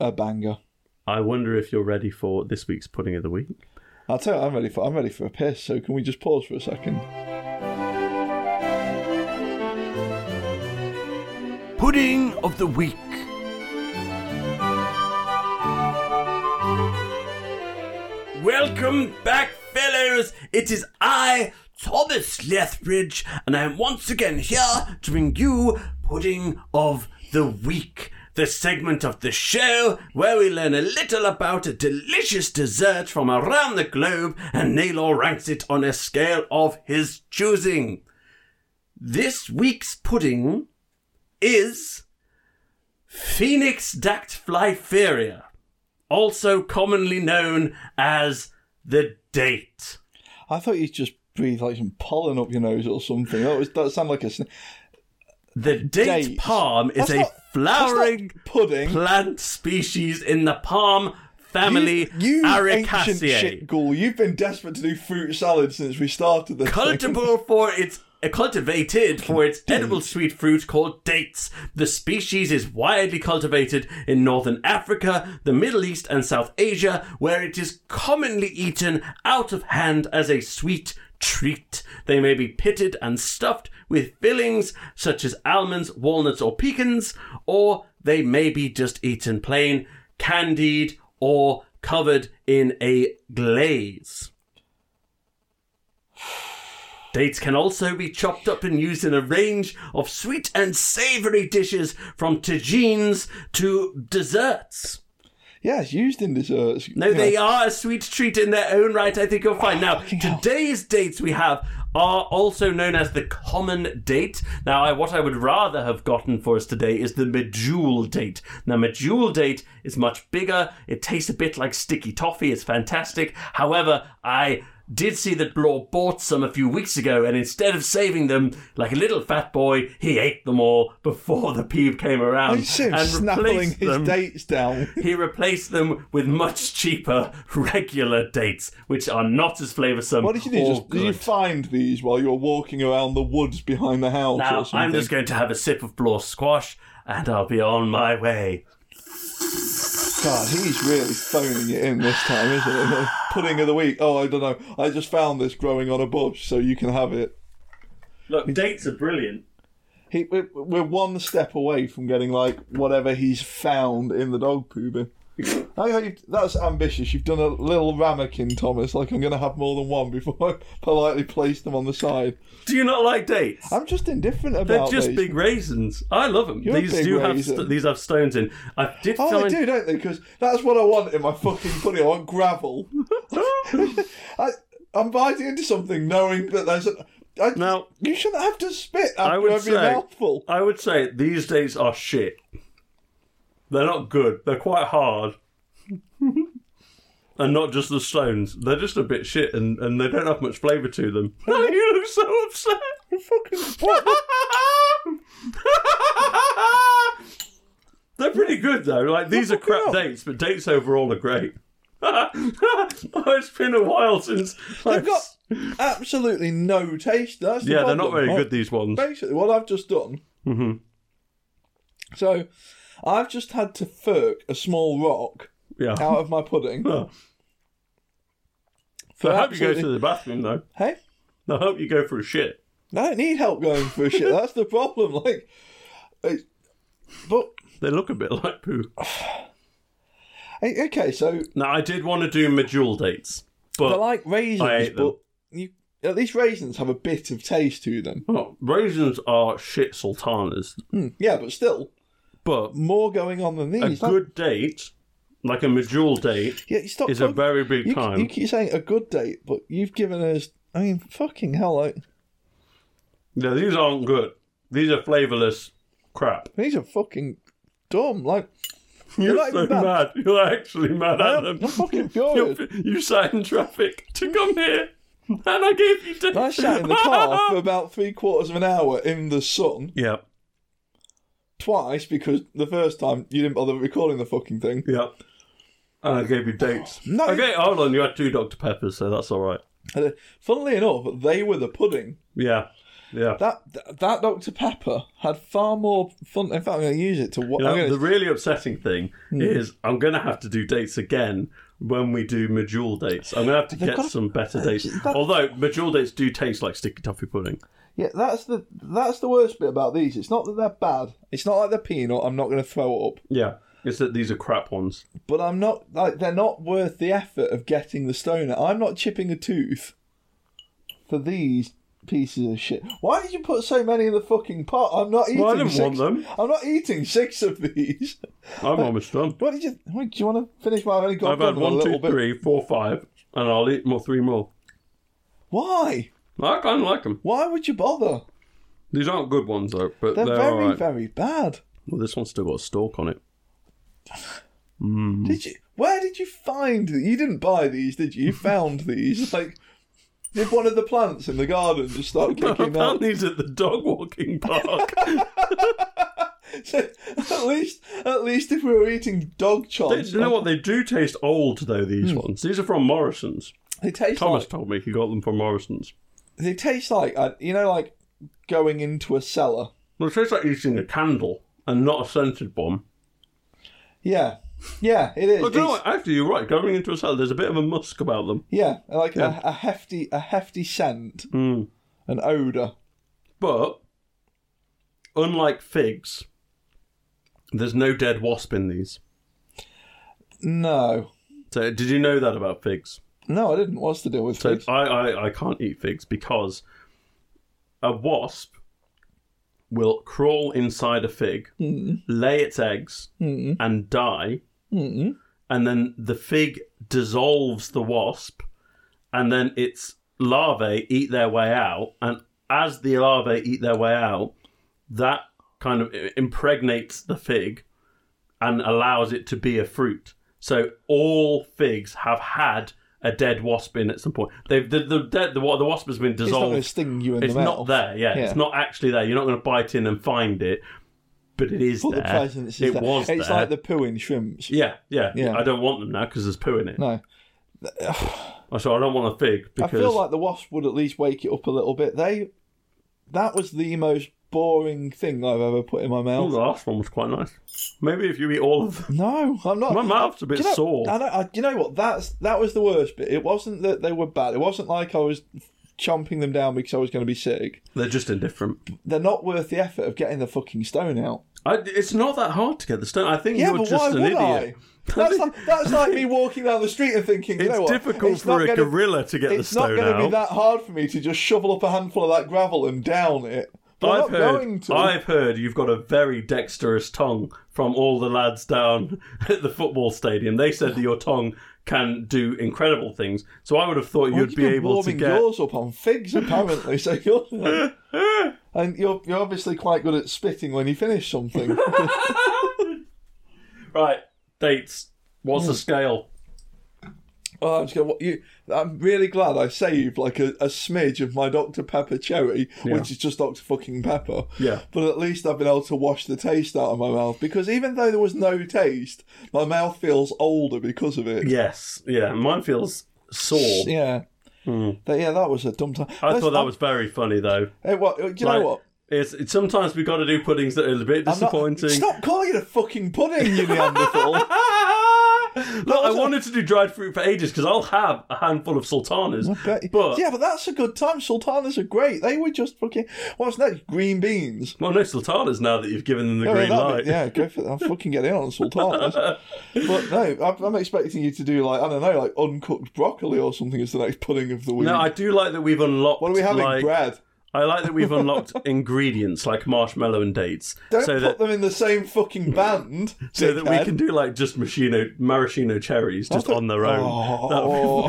E: a banger.
D: I wonder if you're ready for this week's pudding of the week.
E: I'll tell you, I'm ready for. I'm ready for a piss. So can we just pause for a second?
A: Pudding of the week.
D: Welcome back, fellows. It is I, Thomas Lethbridge, and I am once again here to bring you pudding of the week. The segment of the show where we learn a little about a delicious dessert from around the globe and Naylor ranks it on a scale of his choosing. This week's pudding is Phoenix Dactflyferia, also commonly known as the date.
E: I thought you just breathed like some pollen up your nose or something. That was that sounded like a. sn-
D: The date,
E: Date.
D: palm is
E: That's
D: a
E: not- That's not
D: flowering
E: pudding.
D: plant species in the palm family
E: you, you ancient
D: Arecaceae.
E: shit ghoul. You've been desperate to do fruit salad since we started this. thing.
D: Cultivable for its uh, cultivated for its edible sweet fruit called dates. The species is widely cultivated in northern Africa, the Middle East, and South Asia, where it is commonly eaten out of hand as a sweet treat. They may be pitted and stuffed with fillings such as almonds, walnuts, or pecans, or they may be just eaten plain, candied, or covered in a glaze. Dates can also be chopped up and used in a range of sweet and savory dishes from tagines to desserts.
E: Yeah, it's used in desserts.
D: No,
E: you know.
D: they are a sweet treat in their own right. I think you'll
E: Oh,
D: find. Now, today's dates we have are also known as the common date. Now, I, what I would rather have gotten for us today is the medjool date. Now, medjool date is much bigger. It tastes a bit like sticky toffee. It's fantastic. However, I did see that Blaw bought some a few weeks ago, and instead of saving them like a little fat boy, he ate them all before the peeve came around
E: You see him
D: and
E: snapping
D: replaced
E: his
D: them
E: dates down.
D: he replaced them with much cheaper regular dates, which are not as flavoursome.
E: What did you do?
D: or
E: Just, did you
D: Oh, good.
E: find these while you were walking around the woods behind the house?
D: now
E: or something?
D: I'm just going to have a sip of Blaw squash, and I'll be on my way.
E: God, he's really phoning it in this time, isn't it? Pudding of the week. Oh, I don't know. I just found this growing on a bush, so you can have it.
D: Look, dates are brilliant.
E: He, we're, we're one step away from getting like whatever he's found in the dog poo bin. I hope that's ambitious. You've done a little ramekin, Thomas. Like I'm going to have more than one before I politely place them on the side.
D: Do you not like dates?
E: I'm just indifferent about
D: They're just
E: these.
D: big raisins. I love them.
E: You're a
D: these
E: big
D: do have
E: raisin.
D: st- these have stones in. I did
E: Oh,
D: find
E: they do, don't they? Because that's what I want in my fucking pudding. I want gravel. I, I'm biting into something knowing that there's a. I,
D: Now-
E: you shouldn't have to spit after
D: I would
E: every
D: say
E: mouthful.
D: I would say these dates are shit. They're not good. They're quite hard. and not just the stones. They're just a bit shit and, and they don't have much flavour to them. you look so upset. They're pretty good though. Like these are crap
E: up.
D: dates, but dates overall are great. oh, it's been a while since
E: They've got absolutely no taste. That's the
D: Yeah, they're not
E: problem,
D: very
E: right?
D: good Mm-hmm. these ones.
E: Basically, what I've just done. So, I've just had to furk a small rock
D: Yeah.
E: out of my pudding.
D: Oh. So I hope you go
E: absolutely-
D: to the bathroom though.
E: Hey,
D: I hope you go for a shit.
E: I don't need help going for shit. That's the problem. Like, it, but
D: They look a bit like poo.
E: Hey, Okay, so
D: Now I did want to do medjool dates,
E: they're
D: but
E: like raisins,
D: I ate
E: but you, at least raisins have a bit of taste to them.
D: oh, raisins are shit sultanas.
E: Yeah, but still,
D: But
E: more going on than these.
D: a
E: Like-
D: good date, like a medjool date,
E: yeah, you stop
D: is a
E: talking-
D: very big
E: you,
D: time.
E: You keep saying a good date, but you've given us. I mean, fucking hell! Like
D: yeah, these aren't good. These are flavourless crap.
E: these are fucking dumb. Like
D: You're,
E: not
D: so
E: even mad.
D: mad. You're actually mad at them.
E: I'm fucking
D: You're-
E: furious.
D: you sat in traffic to come here, and I gave you dates.
E: I sat in the car for about three quarters of an hour in the sun
D: yeah,
E: twice because the first time you didn't bother recording the fucking thing.
D: yeah. And I gave you dates.
E: No.
D: Okay, hold on. You had two Dr Peppers, so that's all right.
E: And, uh, funnily enough, they were the pudding.
D: Yeah, yeah.
E: That that Dr Pepper had far more fun. In fact, I'm going to use it to. Wa-
D: You know,
E: I'm gonna, Hmm.
D: the really upsetting thing is I'm going to have to do dates again when we do medjool dates. I'm going to have to get
E: got-
D: some better dates. Although medjool dates do taste like sticky toffee pudding.
E: Yeah, that's the that's the worst bit about these. It's not that they're bad. It's not like they're peanut. I'm not going to throw it up.
D: Yeah, it's that these are crap ones.
E: But I'm not like they're not worth the effort of getting the stone. out. I'm not chipping a tooth for these pieces of shit. Why did you put so many in the fucking pot? I'm not eating.
D: Well, I didn't
E: six,
D: want them.
E: I'm not eating six of these.
D: I'm almost done.
E: What did you? Wait, do you want to finish? What I've only got.
D: I've had
E: done with a
D: one, two,
E: little bit.
D: three, four, five, and I'll eat more, three more.
E: Why?
D: I kind of like them.
E: Why would you bother?
D: These aren't good ones though, but
E: They're,
D: they're, all
E: very,
D: right.
E: very bad.
D: Well, this one's still got a stalk on it.
E: Did you? Where did you find? th- You didn't buy these, did you? You found these. Like, did one of the plants in the garden just start
D: I
E: kicking
D: found
E: out?
D: these at the dog walking park.
E: So, at least, at least if we were eating dog
D: they,
E: chops,
D: you know what? They do taste old though. These ones. These are from Morrison's.
E: they taste
D: Thomas
E: like
D: told me he got them from Morrison's.
E: they taste like uh, you know, like going into a cellar.
D: Well, it tastes like using a candle and not a scented bomb.
E: Yeah, yeah, it is.
D: But Oh, you know
E: It's-
D: what? Actually, you're right. Going into a cellar, there's a bit of a musk about them.
E: Yeah, like
D: Yeah.
E: A, a hefty, a hefty scent,
D: Mm.
E: an odor.
D: But unlike figs, there's no dead wasp in these.
E: No,
D: So, did you know that about figs?
E: no, I didn't. What's the deal with
D: So
E: figs?
D: I, I, I can't eat figs because a wasp will crawl inside a fig,
E: Hmm.
D: lay its eggs, and die.
E: Mm-mm.
D: And then the fig dissolves the wasp, and then its larvae eat their way out. And as the larvae eat their way out, that kind of i- impregnates the fig and allows it to be a fruit. So all figs have had a dead wasp in at some point. They've the the dead, the, wa- the wasp has been
E: It's not going
D: dissolved.
E: to sting you in
D: It's
E: the mouth.
D: not there. Yeah, it's
E: Yeah.
D: not actually there. You're not going to bite in and find it, but it is
E: But the
D: there.
E: presence is
D: it
E: there.
D: was
E: It's
D: there.
E: like the poo in shrimps.
D: yeah, yeah,
E: Yeah.
D: I don't want them now because there's poo in it.
E: No,
D: So I don't want a fig
E: I
D: because
E: feel like the wasp would at least wake it up a little bit. They, that was the most boring thing I've ever put in my
D: Oh,
E: mouth.
D: the last one was quite nice. Maybe if you eat all of them,
E: No, I'm not.
D: my mouth's a bit
E: Do you know,
D: sore.
E: I know, I, do you know what? That's that was the worst bit. It wasn't that they were bad. It wasn't like I was chomping them down because I was going to be sick.
D: They're just indifferent.
E: They're not worth the effort of getting the fucking stone out.
D: I, it's not that hard to get the stone. I think
E: Yeah,
D: you're
E: but
D: just
E: why
D: an
E: would
D: idiot.
E: I? That's like, that's like me walking down the street and thinking, you
D: It's
E: know what?
D: difficult
E: It's
D: for
E: not
D: a
E: gonna-
D: gorilla to get the
E: It's not
D: stone
E: going to
D: out.
E: be that hard for me to just shovel up a handful of that gravel and down it. But I'm
D: I've
E: not
D: heard,
E: going to.
D: I've heard you've got a very dexterous tongue from all the lads down at the football stadium. They said that your tongue can do incredible things. So I would have thought
E: Well,
D: you'd
E: you've
D: be
E: been
D: able to
E: warming
D: get.
E: yours up on figs apparently. so you're and you're you're obviously quite good at spitting when you finish something.
D: Right, dates. What's the scale?
E: Oh, I'm just gonna, what, you, I'm really glad I saved like a, a smidge of my Dr Pepper cherry, which is just Dr fucking Pepper.
D: Yeah.
E: But at least I've been able to wash the taste out of my mouth because even though there was no taste, my mouth feels older because of it.
D: Yes, yeah. Mine feels sore.
E: Yeah. That, yeah, that was a dumb time.
D: Hmm. I thought that was very funny though.
E: Hey, what? Do you
D: Like,
E: know what?
D: It's, it's sometimes we got to do puddings that are a bit
E: I'm not-
D: disappointing.
E: stop calling it a fucking pudding, you Neanderthal.
D: Look, I wanted to do dried fruit for ages because I'll have a handful of sultanas.
E: But,
D: But
E: yeah, but that's a good time. Sultanas are great. They were just fucking. What's next? Green beans.
D: well, no sultanas now that you've given them the
E: Yeah,
D: green
E: that'd
D: light.
E: be- yeah, go for that. I'll fucking get in on sultanas. but no, I'm, I'm expecting you to do like I don't know, like uncooked broccoli or something as the next pudding of the week.
D: No, I do like that we've unlocked.
E: what are we having?
D: Like,
E: Bread.
D: I like that we've unlocked ingredients like marshmallow and dates,
E: Don't
D: so
E: put
D: that
E: them in the same fucking band.
D: so that we
E: dickhead.
D: can do like just machino, maraschino cherries just on their own.
E: Oh,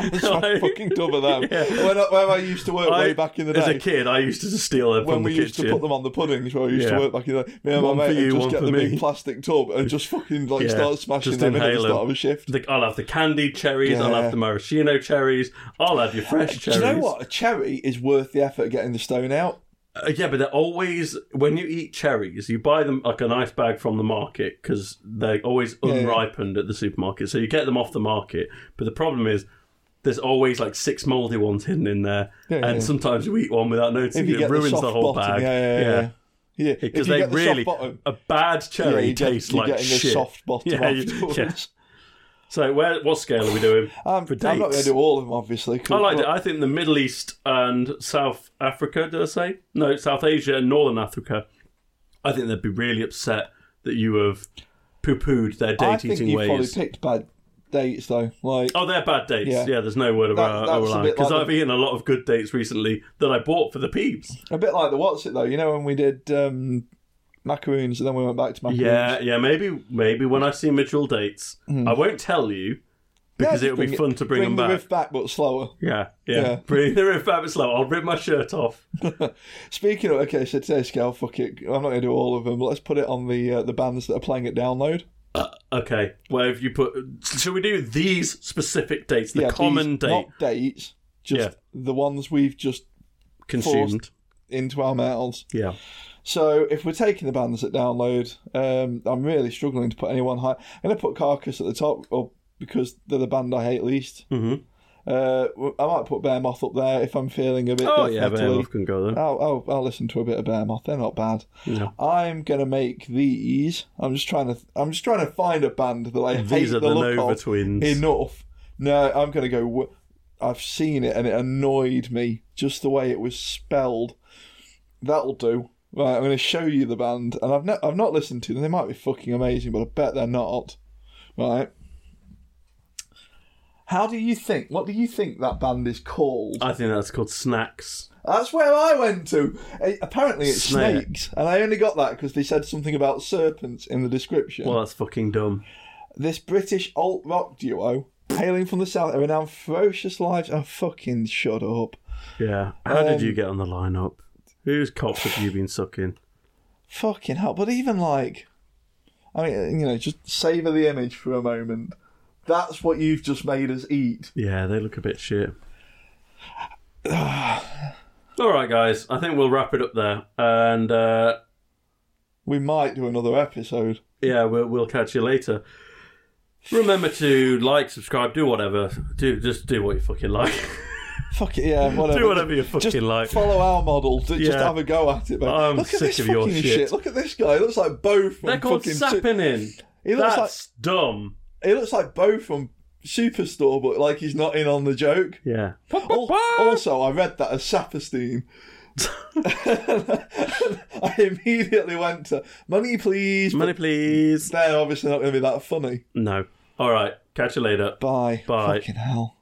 D: That would be-
E: that's my
D: like-
E: fucking dumb of them.
D: Yeah.
E: When, I, when I used to work way
D: I-
E: back in the
D: As
E: day,
D: a kid, I used to just steal them
E: when
D: from the
E: we used
D: kitchen.
E: to put them on the puddings where I used
D: Yeah.
E: to work back in the day, me and
D: One
E: my
D: for
E: mate
D: you, one
E: would just get
D: for
E: the
D: me.
E: big plastic tub and just fucking like
D: Yeah,
E: start smashing
D: just
E: them in at the
D: inhale 'em.
E: start of a shift.
D: The- I'll have the candied cherries. I'll
E: Yeah.
D: have the maraschino cherries. I'll have your fresh
E: Do
D: cherries.
E: you know what? A cherry is worth the effort of getting the stone out.
D: Uh, yeah, but they're always when you eat cherries, you buy them like a nice bag from the market because they're always
E: yeah.
D: unripened at the supermarket. So you get them off the market. But the problem is. There's always like six mouldy ones hidden in there,
E: Yeah,
D: and
E: yeah.
D: sometimes you eat one without noticing.
E: If you
D: It
E: get
D: ruins
E: the,
D: the,
E: soft
D: whole
E: bottom,
D: bag.
E: yeah, yeah, yeah. yeah. If
D: because
E: you
D: they
E: get the
D: really
E: soft bottom,
D: a bad
E: yeah,
D: cherry
E: you get-
D: tastes
E: you're
D: like
E: getting
D: shit.
E: the soft bottom
D: Yeah, you-
E: afterwards.
D: yeah. So where what scale are we doing
E: Um, I'm,
D: for dates?
E: I'm not going to do all of them, obviously. 'cause-
D: I liked it. I think the Middle East and South Africa, did I say? No, South Asia and Northern Africa. I think they'd be really upset that you have poo pooed their
E: I
D: date
E: think
D: eating
E: you probably
D: ways.
E: picked bad dates though. Like,
D: Oh, they're bad dates. Yeah,
E: Yeah.
D: there's no word about
E: that's a bit
D: Because
E: like
D: I've
E: the-
D: eaten a lot of good dates recently that I bought for the peeps.
E: a bit like the what's it though. You know when we did um, macaroons and then we went back to macaroons.
D: Yeah, yeah, maybe maybe when I see Mitchell dates, I won't tell you because
E: Hmm. Yeah,
D: it would be
E: bring
D: fun to bring, them
E: the
D: back.
E: riff back, but slower.
D: Yeah, yeah.
E: Yeah.
D: Bring the riff back slow. I'll rip my shirt off.
E: Speaking of, okay, so today's scale, fuck it. I'm not going to do all of them. But let's put it on the uh, the bands that are playing at download.
D: Okay, where have you put? Should we do these specific dates, the
E: yeah,
D: common
E: these-
D: date
E: not dates, just
D: Yeah.
E: the ones we've just
D: consumed?
E: into our mouths.
D: Yeah,
E: So if we're taking the bands that download, um, I'm really struggling to put anyone high. I'm going to put Carcass at the top, or because they're the band I hate least.
D: Mhm.
E: Uh, w- I might put Bear Moth up there if I'm feeling a bit.
D: Oh
E: death
D: yeah, Bear
E: metally.
D: Moth can go there.
E: I'll, I'll, I'll listen to a bit of Bear Moth. They're not bad.
D: No.
E: I'm gonna make these. I'm just trying to. I'm just trying to find a band that I hate
D: These are
E: the,
D: the
E: look
D: Nova
E: of
D: Twins.
E: enough. No, I'm gonna go. w- I've seen it and it annoyed me just the way it was spelled. That'll do. Right, I'm gonna show you the band, and I've not. I've not listened to them. They might be fucking amazing, but I bet they're not. Right. How do you think? What do you think that band is called?
D: I think that's called Snacks.
E: That's where I went to. Uh, Apparently, it's
D: Snake.
E: snakes, and I only got that because they said something about serpents in the description.
D: Well, that's fucking dumb.
E: This British alt rock duo, hailing from the south, are renowned for ferocious lives. Oh, fucking shut up!
D: Yeah. How did
E: Um,
D: you get on the lineup? Whose cops have you been sucking?
E: Fucking hell! But even like, I mean, you know, just savor the image for a moment. That's what you've just made us eat.
D: Yeah, they look a bit shit. All right, guys. I think we'll wrap it up there, and uh,
E: We might do another episode.
D: yeah, we'll, we'll catch you later. Remember to like, subscribe, do whatever. Do just do what you fucking like.
E: Fuck it, yeah, whatever.
D: do whatever you
E: Just
D: fucking like.
E: follow our model. Just
D: Yeah.
E: have a go at it, mate.
D: I'm
E: Look at
D: sick
E: this
D: of
E: fucking
D: your shit.
E: Look at this guy. He looks like Bo from
D: They're called
E: fucking.
D: Sappinin.
E: He looks
D: That's dumb.
E: like he looks like Bo from Superstore, but like he's not in on the joke.
D: Yeah.
E: Al- also, I read that as Saperstein. I immediately went to money, please.
D: Money, please.
E: They're obviously not going to be that funny.
D: No. All right. Catch you later.
E: Bye.
D: Bye.
E: Fucking hell.